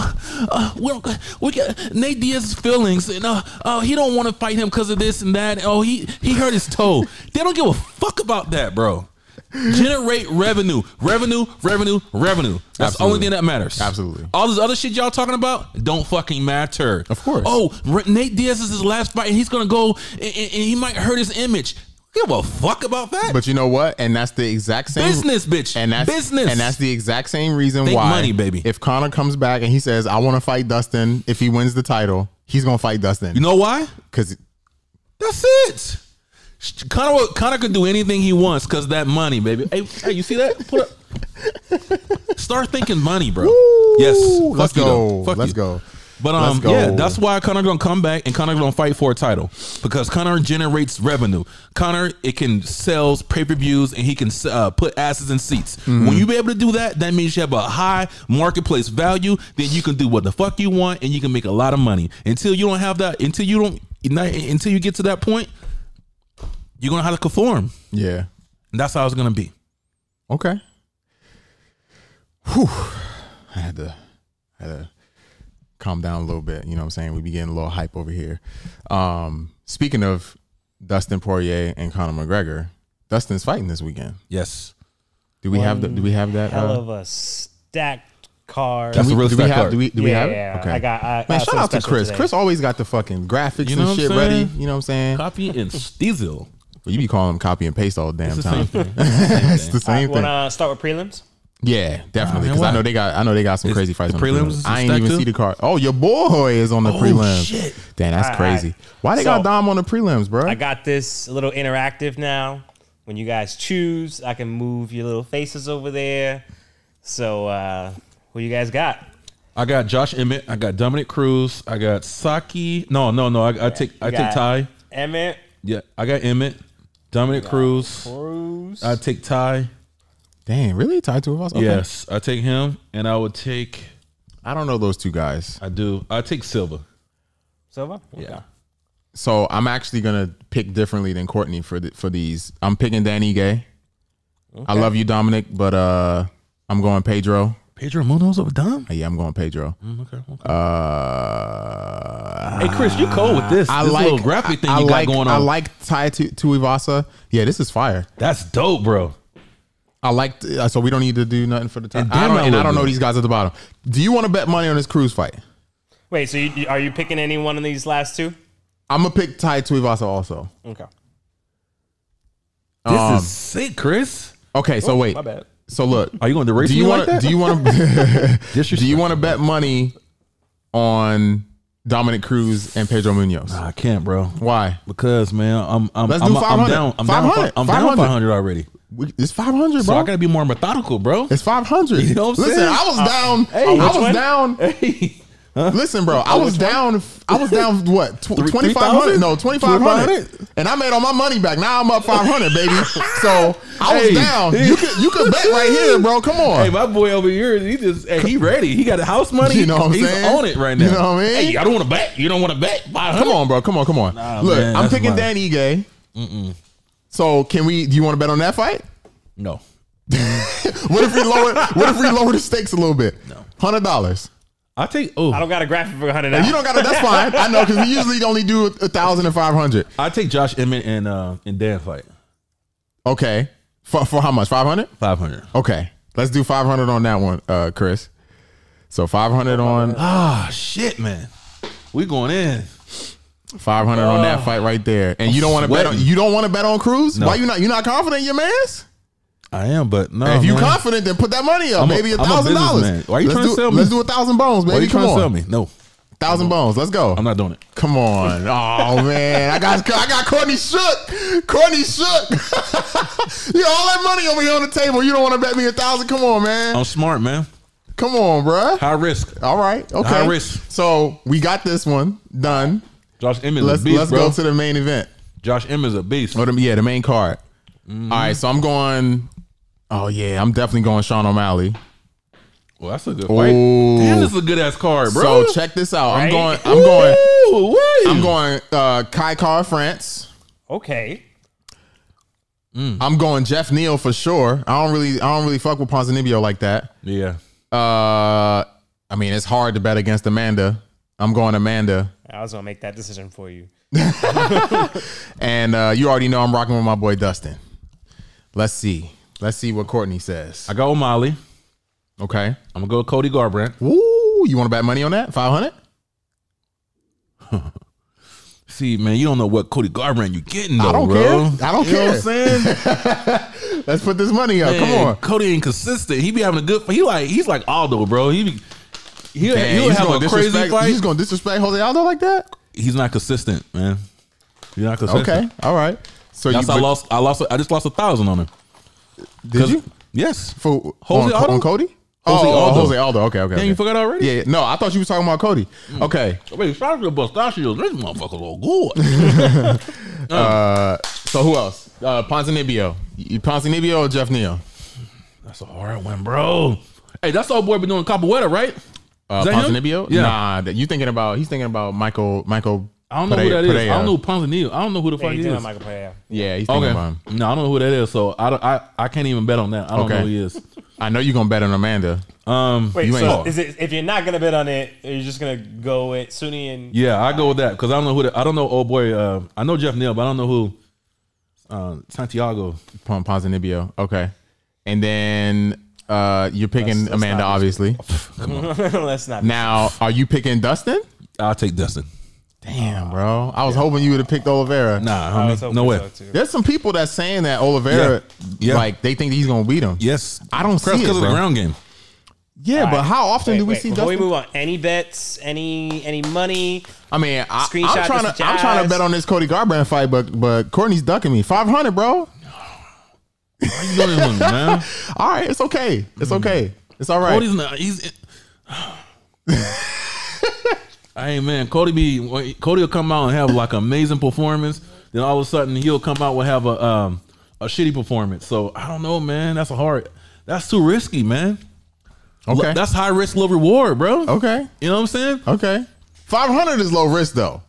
S2: uh, we don't, we got Nate Diaz's feelings, and uh, oh he don't want to fight him because of this and that. Oh he he hurt his toe. they don't give a fuck about that, bro. Generate revenue, revenue, revenue, revenue. That's the only
S1: Absolutely.
S2: thing that matters.
S1: Absolutely.
S2: All this other shit y'all talking about don't fucking matter.
S1: Of course.
S2: Oh, R- Nate Diaz is his last fight, and he's gonna go, and, and- and he might hurt his image. Give a fuck about that.
S1: But you know what? And that's the exact same
S2: Business, bitch.
S1: And that's
S2: Business.
S1: And that's the exact same reason
S2: Think
S1: why
S2: money, baby.
S1: If Connor comes back and he says, "I want to fight Dustin," if he wins the title, he's gonna fight Dustin.
S2: you know why?
S1: because
S2: That's it. Connor, will- Connor could do anything he wants because that money, baby. Hey, hey, you see that?
S1: *laughs*
S2: Pull up. Start thinking money, bro. yes. Fuck
S1: let's
S2: you, though.
S1: go.
S2: Fuck
S1: Let's
S2: you.
S1: go.
S2: But um,
S1: Let's go.
S2: yeah, that's why Connor gonna come back and Connor gonna fight for a title because Connor generates revenue. Connor it can sells pay per views and he can uh, put asses in seats.
S1: Mm-hmm.
S2: When you be able to do that, that means you have a high marketplace value. Then you can do what the fuck you want and you can make a lot of money. Until you don't have that, until you don't, not- until you get to that point, you're gonna have to conform.
S1: Yeah.
S2: And that's how it's gonna be.
S1: Okay. Whew. I had to, I had to calm down a little bit. You know what I'm saying? We be getting a little hype over here. Um, speaking of Dustin Poirier and Conor McGregor, Dustin's fighting this weekend.
S2: Yes.
S1: Do we have the, do we have that?
S3: Hell
S1: uh,
S3: of a stacked card. Uh,
S2: That's
S1: we,
S2: a real
S1: do we
S2: stack
S1: have,
S2: card.
S1: do we, do we
S3: yeah,
S1: have it?
S3: yeah. I got. I, I
S1: Man,
S3: got
S1: shout out
S3: something
S1: to
S3: special
S1: Chris.
S3: today.
S1: Chris always got the fucking graphics
S2: You know
S1: and
S2: what I'm
S1: shit
S2: saying?
S1: ready. You know what I'm saying?
S2: Copy and steal.
S1: But you be calling him copy and paste all the damn
S2: It's the
S1: time. *laughs*
S2: same thing.
S1: it's the
S3: I
S1: same
S3: want
S1: thing.
S3: to start with prelims.
S1: yeah, definitely.
S2: Ah, man,
S1: Because I
S2: why?
S1: know they got, I know they got some
S2: Is
S1: crazy fights
S2: the
S1: on the
S2: prelims
S1: prelims.
S2: is
S1: I ain't
S2: stacked
S1: even
S2: too? Oh,
S1: see the card. Oh, your boy is on the prelims.
S2: shit.
S1: Damn, that's
S3: All right.
S1: crazy. Why they
S3: So-
S1: got Dom on the prelims, bro?
S3: I got this a little interactive now. When you guys choose, I can move your little faces over there. So, uh, who you guys got?
S2: I got Josh Emmett. I got Dominic Cruz. I got Saki. No, no, no. I, I take I
S3: You
S2: take
S3: got
S2: Ty.
S3: Emmett,
S2: Yeah, I got Emmett. Dominic Cruz.
S3: Cruz.
S2: I take Ty.
S1: Damn, really? Tied two of us? Okay.
S2: Yes, I take him, and I would take.
S1: I don't know those two guys.
S2: I do. I take Silva.
S3: Silva?
S2: Yeah.
S1: So I'm actually gonna pick differently than Courtney for the, for these. I'm picking Danny Gay. I love you, Dominic, but uh, I'm going Pedro. Uh,
S2: Pedro Munoz over Dom.
S1: Yeah, I'm going Pedro.
S2: Mm, Okay. okay.
S1: Uh,
S2: hey Chris, you cold with this?
S1: I
S2: this
S1: like
S2: little graphic thing
S1: I
S2: you
S1: like,
S2: got going on.
S1: I like Ty Tu- Tuivasa. Yeah, this is fire.
S2: That's dope, bro.
S1: I like. Uh, so we don't need to do nothing for the top.
S2: And
S1: I
S2: damn,
S1: don't,
S2: I
S1: and I
S2: would
S1: don't know
S2: do.
S1: these guys at the bottom. Do you want to bet money on this cruise fight?
S3: Wait, so you, you- are you picking any one of these last two?
S1: I'm gonna pick Ty Tuivasa also.
S3: Okay.
S2: This
S1: Um,
S2: is sick, Chris.
S1: Okay,
S2: Oh,
S1: so wait.
S3: My bad.
S1: So
S2: *laughs*
S1: look,
S2: Are you going to race
S1: do you
S2: me
S1: want?
S2: like that?
S1: do you want
S2: *laughs*
S1: to?
S2: Disrespect.
S1: do you want to bet money on Dominic Cruz and Pedro Munoz?
S2: I can't, bro.
S1: Why?
S2: Because man, I'm I'm
S1: Let's
S2: I'm,
S1: do
S2: I'm
S1: 500.
S2: down. I'm down.
S1: 500.
S2: fi- I'm down
S1: 500.
S2: 500 already.
S1: We, it's five hundred,
S2: So
S1: bro.
S2: I gotta be more methodical, bro.
S1: it's five hundred.
S2: *laughs* You know what I'm
S1: Listen,
S2: saying? Uh,
S1: I was down.
S2: hey,
S1: I
S2: Oh, which
S1: was
S2: one?
S1: down.
S2: *laughs* Hey,
S1: Listen, bro, I was down. I was
S2: *laughs*
S1: down. What
S2: Three-
S1: twenty five hundred? No, twenty five hundred.
S2: 2,500?
S1: And I made all my money back. Now I'm up five hundred,
S2: *laughs*
S1: baby. So I was
S2: Hey.
S1: down. You could you could bet right here, bro. Come on.
S2: hey, my boy over here, he just hey, he ready. He got the house money.
S1: you know what I'm
S2: He's
S1: saying?
S2: on it right now.
S1: You know what I mean?
S2: Hey, I don't want to bet. You don't want to bet. 500.
S1: Come on, bro. Come on, come on.
S2: Nah,
S1: Look,
S2: man,
S1: I'm
S2: that's
S1: picking
S2: mine.
S1: Dan Ige. So can we? Do you want to bet on that fight?
S2: No,
S1: What if we lower? what if we lower the stakes a little bit? No, hundred dollars.
S2: I take. Oh,
S3: I
S2: I,
S3: don't got a graphic for 100
S1: You don't got to. That's fine. I know because we usually only do a thousand and five hundred.
S2: take Josh Emmett and uh and Dan fight
S1: Okay, for for how much? Five hundred.
S2: 500.
S1: Okay, let's do five hundred on that one, uh, Chris. So five hundred on
S2: Ah, shit, man. We going in.
S1: five hundred on that fight right there, and you don't want to bet. On,
S2: sweating.
S1: you don't want to bet on Cruz.
S2: No.
S1: Why you not? You not confident in your man's?
S2: I am, but no.
S1: If you
S2: Oh, man.
S1: confident, then put that money up.
S2: I'm a-
S1: Maybe a
S2: I'm a
S1: thousand
S2: businessman.
S1: dollars.
S2: Why you
S1: let's
S2: trying to
S1: do,
S2: sell me?
S1: Let's do a thousand bones, baby.
S2: Why you
S1: Come
S2: trying to
S1: on,
S2: sell me? No,
S1: thousand bones. Let's go.
S2: I'm not doing it.
S1: Come on. Oh man, I got I got Courtney shook. Courtney shook. *laughs* you got all that money over here on the table. You don't want to bet me a thousand. Come on, man.
S2: I'm smart, man.
S1: Come on, bruh.
S2: High risk.
S1: All right. Okay.
S2: High risk.
S1: So we got this one done.
S2: Josh Emmett's
S1: Let's
S2: a beast,
S1: let's
S2: bro.
S1: go to the main event.
S2: Josh Emmett's a beast.
S1: Or the, yeah, the main card.
S2: Mm-hmm.
S1: All right. So I'm going. Oh yeah, I'm definitely going Sean O'Malley.
S2: Well, that's a good fight.
S1: Ooh.
S2: Damn, this is a good ass card, bro.
S1: So check this out. I'm
S3: Right?
S1: going. I'm going.
S2: Ooh, wait.
S1: I'm going. Uh, Kai Car France.
S3: Okay.
S1: I'm going Jeff Neal for sure. I don't really I don't really fuck with Ponzinibbio like that.
S2: Yeah.
S1: Uh I mean it's hard to bet against Amanda. I'm going Amanda.
S3: I was going to make that decision for you.
S1: And uh you already know I'm rocking with my boy Dustin. Let's see. Let's see what Courtney says.
S2: I got O'Malley.
S1: Okay.
S2: I'm gonna go with Cody Garbrandt.
S1: Woo, you want to bet money on that? 500?
S2: See, man, you don't know what Cody Garbrandt you getting though,
S1: don't
S2: bro.
S1: care. I don't
S2: you Know what
S1: care.
S2: I'm
S1: *laughs*
S2: saying,
S1: Let's put this money up. Come
S2: Man,
S1: on.
S2: Cody inconsistent. He be having a good. He like he's like Aldo, bro. He be, he'll,
S1: Damn,
S2: he'll
S1: you just
S2: have
S1: gonna
S2: a crazy
S1: disrespect-
S2: fight.
S1: You just going to disrespect Jose Aldo like that?
S2: he's not consistent, man. He's not consistent.
S1: Okay. All right. So
S2: That's
S1: you
S2: I
S1: but
S2: lost. I lost. I just lost a thousand on him.
S1: did you
S2: Yes.
S1: for on,
S2: Jose Aldo?
S1: on Cody?
S2: Jose
S1: oh,
S2: Aldo.
S1: Oh, Jose Aldo. Okay, okay.
S2: Damn, you
S1: okay.
S2: forgot already? Hmm.
S1: Yeah, yeah. no, I thought you was talking about Cody. Okay,
S2: Wait, shout out to Bustachios. This motherfucker look good. *laughs*
S1: uh, so who else? Uh, Ponzinibbio. You Ponzinibbio or Jeff Neal?
S2: That's a hard one, bro. Hey, that's all boy been doing Capoeira, right?
S1: Uh,
S2: Is that him?
S1: Ponzinibbio?
S2: Yeah.
S1: Nah, that you thinking about? He's thinking about Michael. Michael.
S2: I don't know who
S1: Pereira-
S2: that is.
S1: Pereira.
S2: I don't know Ponzinibbio. I don't know who the
S3: Yeah,
S2: fuck
S3: you
S2: he
S3: doing
S2: is.
S3: Michael Pereira.
S1: Yeah, he's thinking
S2: Okay.
S1: about him.
S2: No, I don't know who that is. So I don't, I I can't even bet on that. I don't
S1: Okay.
S2: know who he is.
S1: I know you're gonna bet on Amanda.
S2: Um,
S3: Wait,
S1: You ain't
S3: so
S1: wrong.
S3: is it, if you're not going to bet on it, are you just going to go with Sunni and.
S2: yeah, I go with that because I don't know who. That, I don't know. Oh boy, uh, I know Jeff Neal, but I don't know who. Uh, Santiago.
S1: Pon- Ponzinibbio. Okay, and then uh, you're picking
S3: That's- that's
S1: Amanda,
S3: not
S1: obviously.
S2: *laughs*
S3: *laughs* Let's not.
S1: Now, are you picking Dustin?
S2: I'll take Dustin.
S1: Damn, bro. I was hoping you would have picked Oliveira.
S2: Nah,
S3: I
S2: homie,
S3: was hoping
S2: no way.
S3: so, too.
S1: There's some people that's saying that Oliveira,
S2: Yeah. Yeah.
S1: like they think he's gonna beat him.
S2: Yes,
S1: I don't see
S2: because
S1: it,
S2: of the
S1: bro.
S2: ground game.
S1: Yeah, but
S3: Alright.
S1: how often
S3: Wait,
S1: do we
S3: wait,
S1: see
S3: before
S1: Dustin?
S3: we move on, any bets, any any money?
S1: I mean, I,
S3: Screenshot
S1: I'm trying
S3: this
S1: to I'm trying to
S3: jazz.
S1: bet on this Cody Garbrandt fight, but but Courtney's ducking me. Five hundred, bro.
S2: Why you doing him, man?
S1: All right, it's okay.
S2: Mm.
S1: It's okay. It's all right.
S2: Cody's not. He's. *sighs* hey man, Cody be Cody will come out and have like an amazing performance. Then all of a sudden he'll come out and have a um a shitty performance. So I don't know, man. That's a hard. That's too risky, man.
S1: Okay.
S2: That's high risk, low reward, bro.
S1: Okay.
S2: You know what I'm saying?
S1: Okay. Five hundred is low risk though.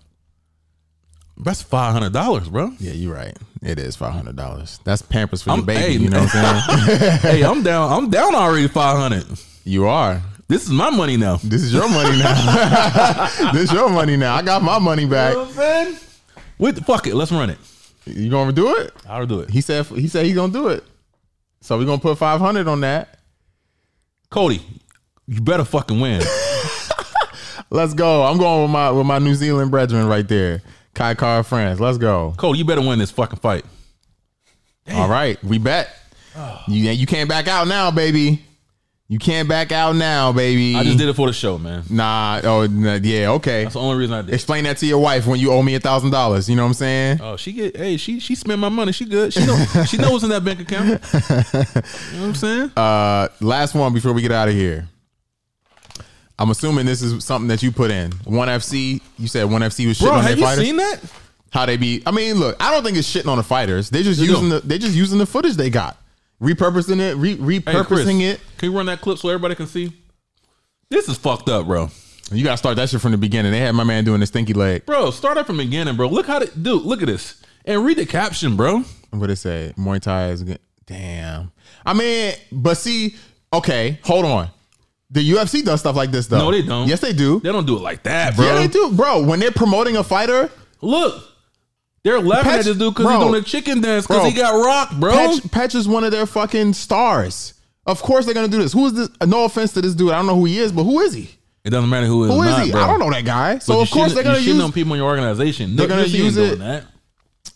S2: That's five hundred dollars, bro.
S1: Yeah, you're right. It is five hundred dollars. That's Pampers for
S2: I'm-
S1: your baby.
S2: hey,
S1: you know what
S2: *laughs*
S1: I'm saying?
S2: hey, I'm down. I'm down already five hundred.
S1: you are.
S2: This is my money now.
S1: This is your money now. *laughs* this is your money now. I got my money back.
S2: With the fuck it, let's run it.
S1: You gonna do it?
S2: I'll do it.
S1: He said. He said he's gonna do it. So we're gonna put five hundred on that.
S2: Cody, you better fucking *laughs* win.
S1: Let's go. I'm going with my with my New Zealand brethren right there. Kai Car friends. Let's go.
S2: Cody, you better win this fucking fight.
S1: All right, we bet.
S2: Oh.
S1: You you can't back out now, baby. You can't back out now, baby.
S2: I just did it for the show, man.
S1: Nah. Oh, nah, yeah. Okay.
S2: That's the only reason I did.
S1: Explain that to your wife when you owe me a thousand dollars. You know what I'm saying?
S2: Oh, she get hey, she she spend my money. She good. She know she knows what's in that
S1: *laughs*
S2: bank account. You know what I'm saying?
S1: Uh, last one before we get out of here. I'm assuming this is something that you put in. One FC. You said One FC was shitting
S2: Bro,
S1: on their
S2: have you
S1: fighters.
S2: seen that?
S1: How they be? I mean, look. I don't think it's shitting on the fighters. They're just
S2: They
S1: using the.
S2: don't.
S1: They're just using the footage they got, repurposing it, re,
S2: Hey, Chris,
S1: repurposing it.
S2: Can you run that clip so everybody can see? This is fucked up, bro.
S1: You gotta start that shit from the beginning. They had my man doing the stinky leg.
S2: Bro, start up from the beginning, bro. Look how the dude. Look at this and read the caption, bro.
S1: What it say? Muay Thai is good. Damn. I mean, but see, okay, hold on. The UFC does stuff like this though.
S2: No, they don't.
S1: Yes, they do.
S2: They don't do it like that, bro.
S1: Yeah, they do, bro. When they're promoting a fighter,
S2: Look, they're laughing
S1: Patch-
S2: at this dude because he's
S1: bro.
S2: doing a chicken dance because
S1: Bro.
S2: he got rocked, bro.
S1: Patch, Patch is one of their fucking stars. Of course they're gonna do this. Who is this? No offense to this dude. I don't know who he is, but who is he?
S2: It doesn't matter who it is.
S1: Who is
S2: not,
S1: he?
S2: Bro.
S1: I don't know that guy. So
S2: But
S1: of
S2: you
S1: course
S2: shouldn't-
S1: they're gonna
S2: you shouldn't
S1: use.
S2: on people in your organization. They're
S1: gonna use it-
S2: That.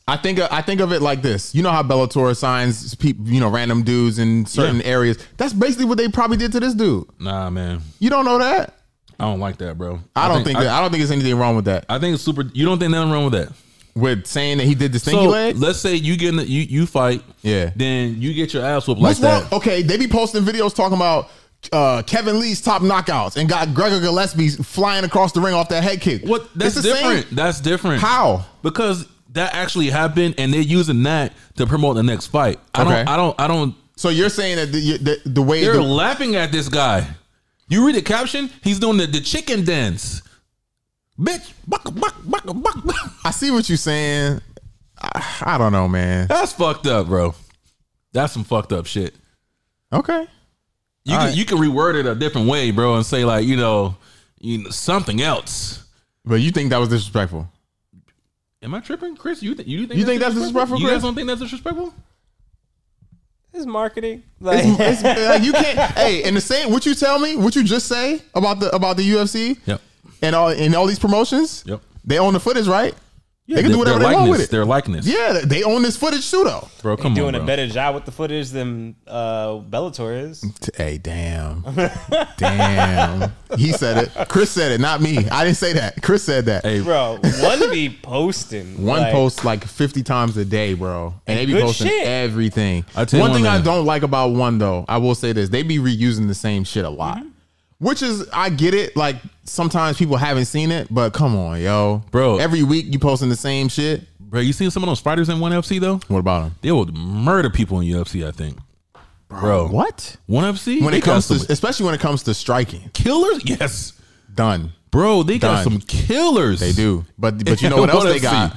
S1: I think I think of it like this. You know how Bellator signs people, you know, random dudes in certain
S2: Yeah.
S1: areas. That's basically what they probably did to this dude.
S2: Nah, man,
S1: You don't know that?
S2: I don't like that, bro.
S1: I, don't think, that. I, don't think there's anything wrong with that.
S2: I, think it's super. You don't think nothing wrong with that?
S1: With saying that he did the stinky
S2: So
S1: leg.
S2: let's say you get in the, you you fight.
S1: Yeah.
S2: Then you get your ass whooped
S1: What's
S2: like
S1: wrong?
S2: that.
S1: Okay, they be posting videos talking about uh, Kevin Lee's top knockouts and got Gregor Gillespie flying across the ring off that head kick.
S2: What? That's
S1: It's the same-
S2: different. That's different.
S1: How?
S2: Because that actually happened, and they're using that to promote the next fight. I
S1: Okay.
S2: don't. I don't. I don't.
S1: So you're saying that the, the, the way
S2: They're
S1: the,
S2: laughing at this guy. You read the caption. He's doing the, the chicken dance. Bitch, buck, buck, buck, buck, buck.
S1: I see what you're saying. I, I don't know, man.
S2: That's fucked up, bro. That's some fucked up shit.
S1: Okay.
S2: You can,
S1: right.
S2: you can reword it a different way, bro, and say like you know, you know, something else.
S1: But you think that was disrespectful?
S2: Am I tripping, Chris? You th- you think
S1: You think that's disrespectful,
S2: You guys
S1: Chris?
S2: don't think that's disrespectful?
S3: It's marketing.
S2: *laughs*
S3: Like,
S1: It's, like you can't. Hey, and the same. What you tell me? What you just say about the about the UFC?
S2: Yep.
S1: And all and all these promotions.
S2: Yep.
S1: They own the footage, right?
S2: Yeah,
S1: They can do whatever they
S2: likeness,
S1: want with it.
S2: Their likeness,
S1: Yeah, they own this footage too, though.
S2: bro. Come
S3: *laughs*
S2: on,
S3: doing
S2: bro.
S3: a better job with the footage than uh, Bellator is.
S1: T- Hey, *laughs* damn, damn. He said it. Chris said it, not me. I didn't say that. Chris said that.
S2: Hey,
S3: Bro,
S1: *laughs*
S3: one be posting.
S1: One
S3: like,
S1: post like 50 times a day, bro. And they be
S3: Good
S1: posting
S3: shit.
S1: everything.
S2: I tell you
S1: one
S2: one
S1: thing I
S2: thing.
S1: don't like about one though, I will say this. They be reusing the same shit a lot.
S3: Mm-hmm.
S1: Which is I get it, like sometimes people haven't seen it, but come on, yo.
S2: Bro.
S1: Every week you posting the same shit.
S2: bro. You seen some of those fighters in one FC though?
S1: What about them?
S2: They would murder people in UFC. I think, bro.
S1: What?
S2: One FC?
S1: When
S2: They
S1: it comes
S2: got
S1: to
S2: some
S1: especially when it comes to striking.
S2: killers, yes,
S1: Done.
S2: bro. They
S1: Done.
S2: got some killers.
S1: They do.
S2: *laughs*
S1: But but you know what else they got?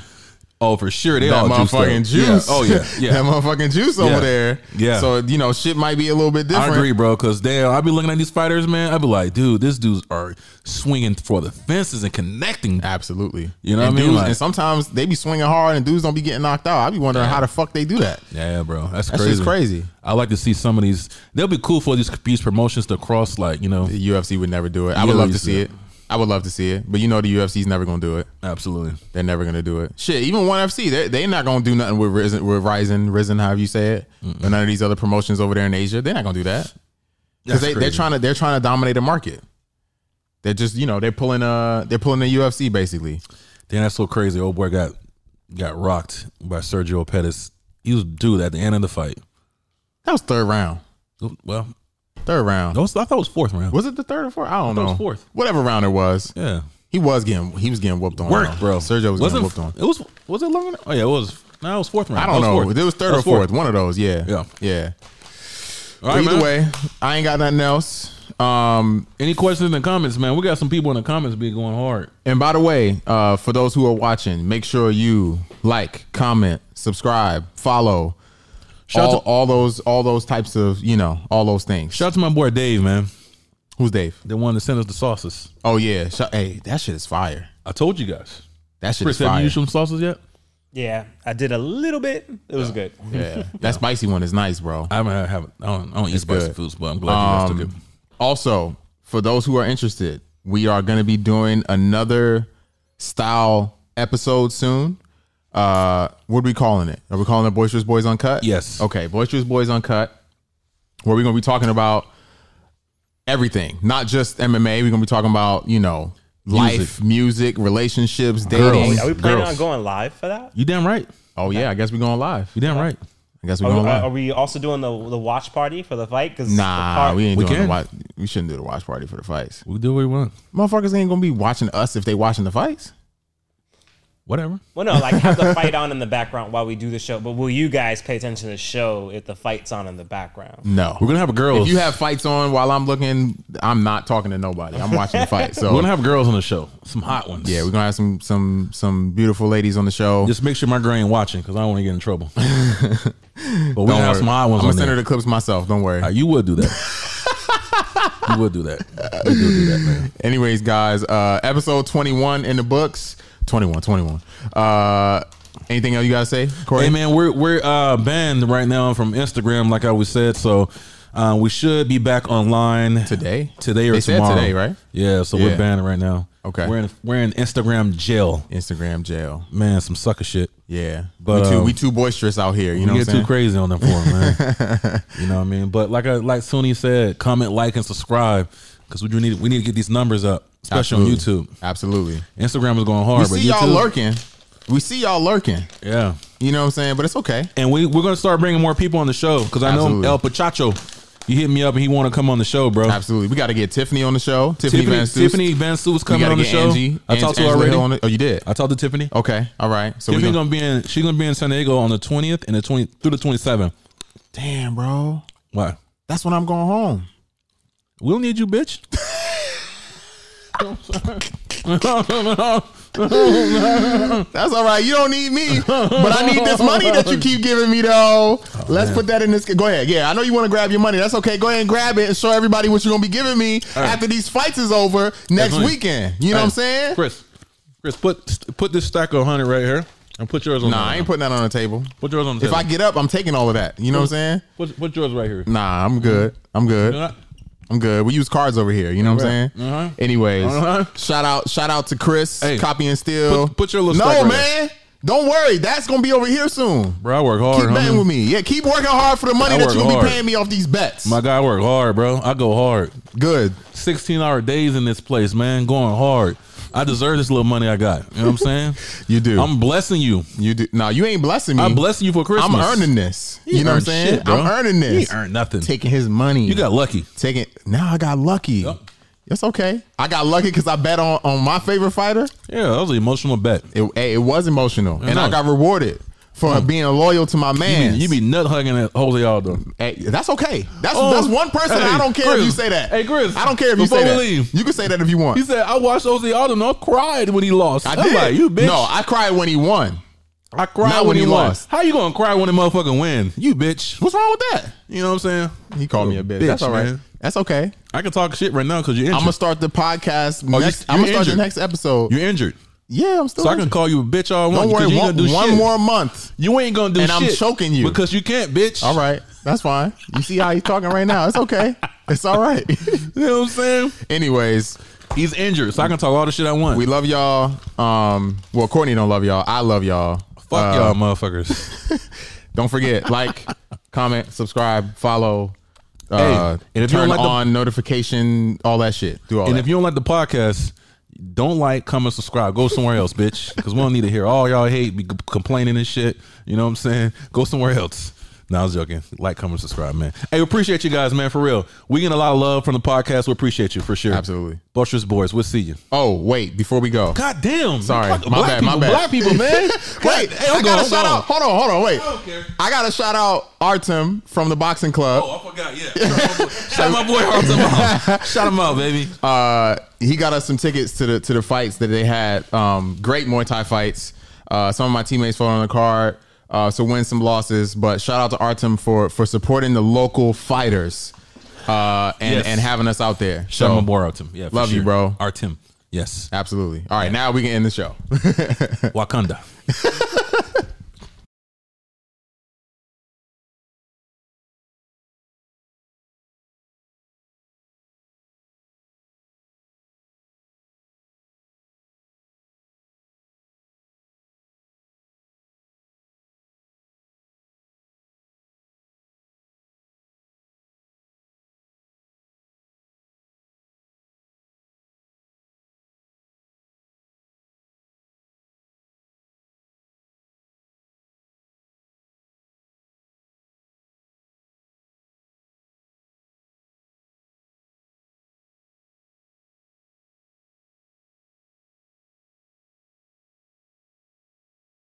S2: Oh, for sure. *laughs* They
S1: that
S2: all juiced up.
S1: motherfucking
S2: Yeah.
S1: juice.
S2: Oh yeah,
S1: *laughs*
S2: yeah.
S1: that motherfucking juice over
S2: Yeah.
S1: there.
S2: Yeah.
S1: So you know, shit might be a little bit different.
S2: I agree, bro. Cause damn, I be looking at these fighters, man. I be like, dude, these dudes are swinging for the fences and connecting.
S1: Absolutely.
S2: You know
S1: and
S2: what I mean?
S1: Dudes,
S2: Like-
S1: and sometimes they be swinging hard, and dudes don't be getting knocked out. I be wondering how the fuck they do that.
S2: Yeah, bro, that's
S1: That
S2: crazy.
S1: shit's crazy.
S2: I like to see some of these. They'll be cool for these these promotions to cross, like you know,
S1: The UFC would never do it. I would
S2: Yeah,
S1: love
S2: you
S1: to
S2: see
S1: see
S2: it.
S1: it. I would love to see it, but you know the UFC's never gonna do it.
S2: absolutely.
S1: They're never gonna do it. Shit, even ONE FC, they they not gonna do nothing with Risen, with Ryzen, Risen, however you say it, or none of these other promotions over there in Asia. They're not gonna do that because
S2: That's
S1: they, they're
S2: crazy.
S1: trying to they're trying to dominate the market. They're just you know they're pulling uh they're pulling the UFC basically.
S2: Damn, that's so crazy. Old boy got got rocked by Sergio Pettis. He was dude at the end of the fight.
S1: That was third round.
S2: Well,
S1: Third round.
S2: that was, I thought it was fourth round.
S1: Was it the third or fourth? I don't know.
S2: it was fourth.
S1: Whatever round it was,
S2: Yeah,
S1: he was getting he was getting whooped on.
S2: work, bro.
S1: Uh, Sergio was getting
S2: Wasn't-
S1: whooped on.
S2: It was was it eleven? Oh yeah, it was. No, it was fourth round.
S1: I don't
S2: That
S1: know.
S2: fourth.
S1: It was third
S2: That
S1: or fourth. One of those. Yeah.
S2: Yeah.
S1: Yeah. But
S2: All right,
S1: either
S2: man.
S1: way, I ain't got nothing else. Um,
S2: Any questions in the comments, man? We got some people in the comments be going hard.
S1: And by the way, uh, for those who are watching, make sure you like, comment, subscribe, follow,
S2: Shout
S1: all,
S2: out to-
S1: all those, all those types of, you know, all those things.
S2: Shout out to my boy Dave, man.
S1: Who's Dave?
S2: The one that sent us the sauces.
S1: Oh yeah, Shout, hey, that shit is fire.
S2: I told you guys.
S1: That shit
S2: Chris,
S1: is
S2: have you
S1: fire.
S2: used some sauces yet?
S3: Yeah, I did a little bit. It was good.
S2: *laughs*
S1: yeah, that spicy one is nice, bro.
S2: I haven't. I haven't. I don't, I don't eat spicy
S1: good. Um,
S2: foods, but I'm glad you guys took it.
S1: Also, for those who are interested, we are going to be doing another style episode soon. Uh, what are we calling it? Are we calling it Boisterous Boys Uncut?
S2: Yes.
S1: Okay, Boisterous Boys Uncut, where we're going to be talking about everything, not just MMA. We're going to be talking about, you know, life, music, relationships, dating.
S2: Girls.
S3: Are we planning
S2: Girls.
S3: on going live for that?
S2: You damn right.
S1: Oh, yeah, I guess we're going live.
S2: You damn right.
S1: I guess we're
S3: Are,
S1: going
S3: are-
S1: live.
S3: are we also doing the the watch party for the fight? Because uh,
S1: Nah, we ain't
S2: We
S1: doing the
S2: can.
S1: watch. We shouldn't do the watch party for the fights.
S2: We do what we want.
S1: Motherfuckers ain't gonna be watching us if they watching the fights.
S2: Whatever.
S3: well, no, like
S1: *laughs*
S3: have the fight on in the background while we do the show. But will you guys pay attention to the show if the fight's on in the background?
S1: No,
S2: We're gonna have girls.
S1: If you have fights on while I'm looking, I'm not talking to nobody. I'm watching the fight. So
S2: *laughs* We're gonna have girls on the show. Some hot ones.
S1: Oh. yeah, we're gonna have some some some beautiful ladies on the show.
S2: Just make sure my girl ain't watching because I don't want to get
S1: *laughs*
S2: in trouble. but we're gonna have some hot
S1: I'm
S2: ones
S1: gonna
S2: on
S1: send her
S2: there.
S1: the clips myself. Don't worry.
S2: Uh, you would do that. *laughs* you would do that. You would do that, man.
S1: Anyways, guys, uh episode 21 in the books. 21, 21. Uh, anything else you gotta say, Corey?
S2: Hey man, we're we're uh, banned right now from Instagram, like I was said. So uh, we should be back online
S1: Today?
S2: today or
S1: They said
S2: tomorrow.
S1: today, right?
S2: Yeah. So
S1: Yeah.
S2: we're banned right now.
S1: Okay.
S2: We're in we're in Instagram jail.
S1: Instagram jail.
S2: Man, some sucker shit.
S1: Yeah,
S2: But,
S1: we too
S2: um,
S1: we too boisterous out here. You know what I'm
S2: You get too
S1: saying?
S2: crazy on them for 'em, man. *laughs* you know what I mean? But like I like Suni said, comment, like, and subscribe because we do need we need to get these numbers up, especially
S1: Absolutely.
S2: on YouTube.
S1: Absolutely.
S2: Instagram is going hard,
S1: We
S2: but
S1: see y'all
S2: YouTube-
S1: lurking. We see y'all lurking.
S2: Yeah.
S1: You know what I'm saying? But it's okay.
S2: and we we're gonna start bringing more people on the show because I know
S1: Absolutely.
S2: El Pachacho. You hit me up and he want to come on the show, bro.
S1: *laughs* Absolutely. We got to get Tiffany on the show. Tiffany,
S2: Tiffany
S1: Van Stoos.
S2: Tiffany Van Sue's
S1: We
S2: coming
S1: gotta
S2: on the
S1: get
S2: show.
S1: Angie.
S2: I
S1: Ange-
S2: talked to her
S1: Angela
S2: already.
S1: Hill on it. oh, you did.
S2: I talked to Tiffany.
S1: Okay. All right. So we
S2: Tiffany
S1: gonna,
S2: gonna be in. She gonna be in San Diego on the twentieth and the twenty through the twenty seventh.
S1: damn, bro.
S2: Why?
S1: That's when I'm going home.
S2: We don't need you, bitch.
S1: That's all right. You don't need me, but I need this money that you keep giving me, though.
S2: Oh,
S1: Let's put that in this. Go ahead. Yeah, I know you want to grab your money. That's okay. Go ahead and grab it and show everybody what you're gonna be giving me after these fights is over next
S2: Definitely.
S1: weekend. *laughs* You know what I'm saying?
S2: Chris, Chris, put put this stack of hundred right here and put yours on.
S1: Nah,
S2: the-
S1: I ain't putting that on the table.
S2: put yours on. The
S1: If I
S2: table.
S1: get up, I'm taking all of that. You know what I'm saying?
S2: put, put yours right here.
S1: Nah, I'm good. I'm good.
S2: You know that?
S1: I'm good. We use cards over here. You know what I'm saying?
S2: Uh-huh.
S1: Anyways,
S2: Uh-huh.
S1: shout out, shout out to Chris,
S2: Hey,
S1: copy and steal.
S2: put- put your little
S1: no
S2: stack right
S1: man. Don't worry, that's gonna be over here soon.
S2: Bro, I work hard.
S1: Keep
S2: homie.
S1: betting with me. Yeah, keep working hard for the money
S2: I
S1: that
S2: work
S1: you'll
S2: hard.
S1: be paying me off these bets.
S2: My guy work hard, bro. I go hard.
S1: good.
S2: 16 hour days in this place, man, going hard. I deserve this little money I got. You know what *laughs* I'm saying?
S1: You do.
S2: I'm blessing you.
S1: you do. Nah, you ain't blessing me.
S2: Mm. I'm blessing you for Christmas.
S1: I'm earning this.
S2: He
S1: you know what I'm
S2: earned
S1: saying?
S2: shit, bro.
S1: I'm earning
S2: You
S1: this.
S2: ain't earned nothing.
S1: Taking his money.
S2: You got lucky.
S1: taking. Now I got lucky.
S2: Yup.
S1: That's okay. I got lucky because I bet on on my favorite fighter.
S2: Yeah, that was an emotional bet.
S1: It, hey, it was emotional, and I
S2: no.
S1: got rewarded for being loyal to my man.
S2: You be nut hugging at Jose Aldo.
S1: Hey, that's okay. That's
S2: Oh,
S1: that's one person. I
S2: hey,
S1: don't care if
S2: Chris.
S1: you say that.
S2: Hey, Chris,
S1: I don't care if you
S2: before
S1: say
S2: we
S1: that.
S2: leave.
S1: You can say that if you want.
S2: He said, I watched Jose Aldo and I cried when he lost.
S1: I
S2: I'm
S1: did.
S2: like, you bitch.
S1: No, I cried when he won.
S2: I cried
S1: not
S2: when, he lost. How you gonna cry when a motherfucker win? You bitch.
S1: What's wrong with that?
S2: You know what I'm saying?
S1: He called me a bitch.
S2: Bitch,
S1: That's all right.
S2: man.
S1: That's okay.
S2: I can talk shit right now because you're
S1: I'm gonna
S2: injured.
S1: start the podcast.
S2: Oh, you-
S1: next,
S2: you
S1: I'm gonna start the
S2: injured.
S1: next episode.
S2: you're injured.
S1: yeah, I'm still.
S2: So I can
S1: injured.
S2: call you a bitch all I want.
S1: don't worry.
S2: 'cause you ain't
S1: One,
S2: gonna do
S1: one
S2: shit.
S1: more month.
S2: You ain't gonna do
S1: And
S2: shit.
S1: I'm choking you.
S2: because you can't, bitch.
S1: All right, that's fine. You see how he's talking right now? It's okay. It's all
S2: *laughs*
S1: right.
S2: You know what I'm saying?
S1: Anyways,
S2: He's injured, so I can talk all the shit I want.
S1: we love y'all. Um, well, Courtney don't love y'all. I love y'all.
S2: Fuck
S1: Uh,
S2: y'all, motherfuckers.
S1: Don't forget,
S2: *laughs*
S1: like, comment, subscribe, follow. Uh,
S2: Hey, and if you
S1: turn
S2: don't like the-
S1: on notification, all that shit. Do all
S2: *laughs* and
S1: that.
S2: if you don't like the podcast, don't like, comment, subscribe. Go somewhere else, bitch. Because we don't need to hear all y'all hate, be complaining and shit. You know what I'm saying? Go somewhere else. No, I was joking. Like, comment, subscribe, man. Hey, we appreciate you guys, man, for real. We get a lot of love from the podcast. We appreciate you for sure.
S1: Absolutely.
S2: Buttress Boys, we'll see you.
S1: Oh wait, before we go,
S2: God damn.
S1: Sorry.
S2: Fuck,
S1: My
S2: black
S1: bad, my
S2: people,
S1: bad.
S2: Black people, *laughs* man.
S1: wait,
S2: hey,
S1: I
S2: I'm
S1: got
S2: going,
S1: to shout out. Hold on, hold on, wait.
S2: don't care.
S1: I got to shout out Artem from the boxing club.
S2: Oh, I forgot. Yeah. Shout out my boy *laughs* Artem out. Shout him out, baby.
S1: uh, he got us some tickets to the to the fights that they had. Um, great Muay Thai fights. Uh, some of my teammates fought on the card, uh, so win some losses. But shout out to Artem for for supporting the local fighters uh, and
S2: Yes.
S1: and having us out there.
S2: Shout out my
S1: So,
S2: boy Artem. Yeah, for
S1: Love you,
S2: sure.
S1: bro.
S2: Artem. Yes.
S1: *laughs* absolutely. All right, now we can end the show.
S2: Wakanda.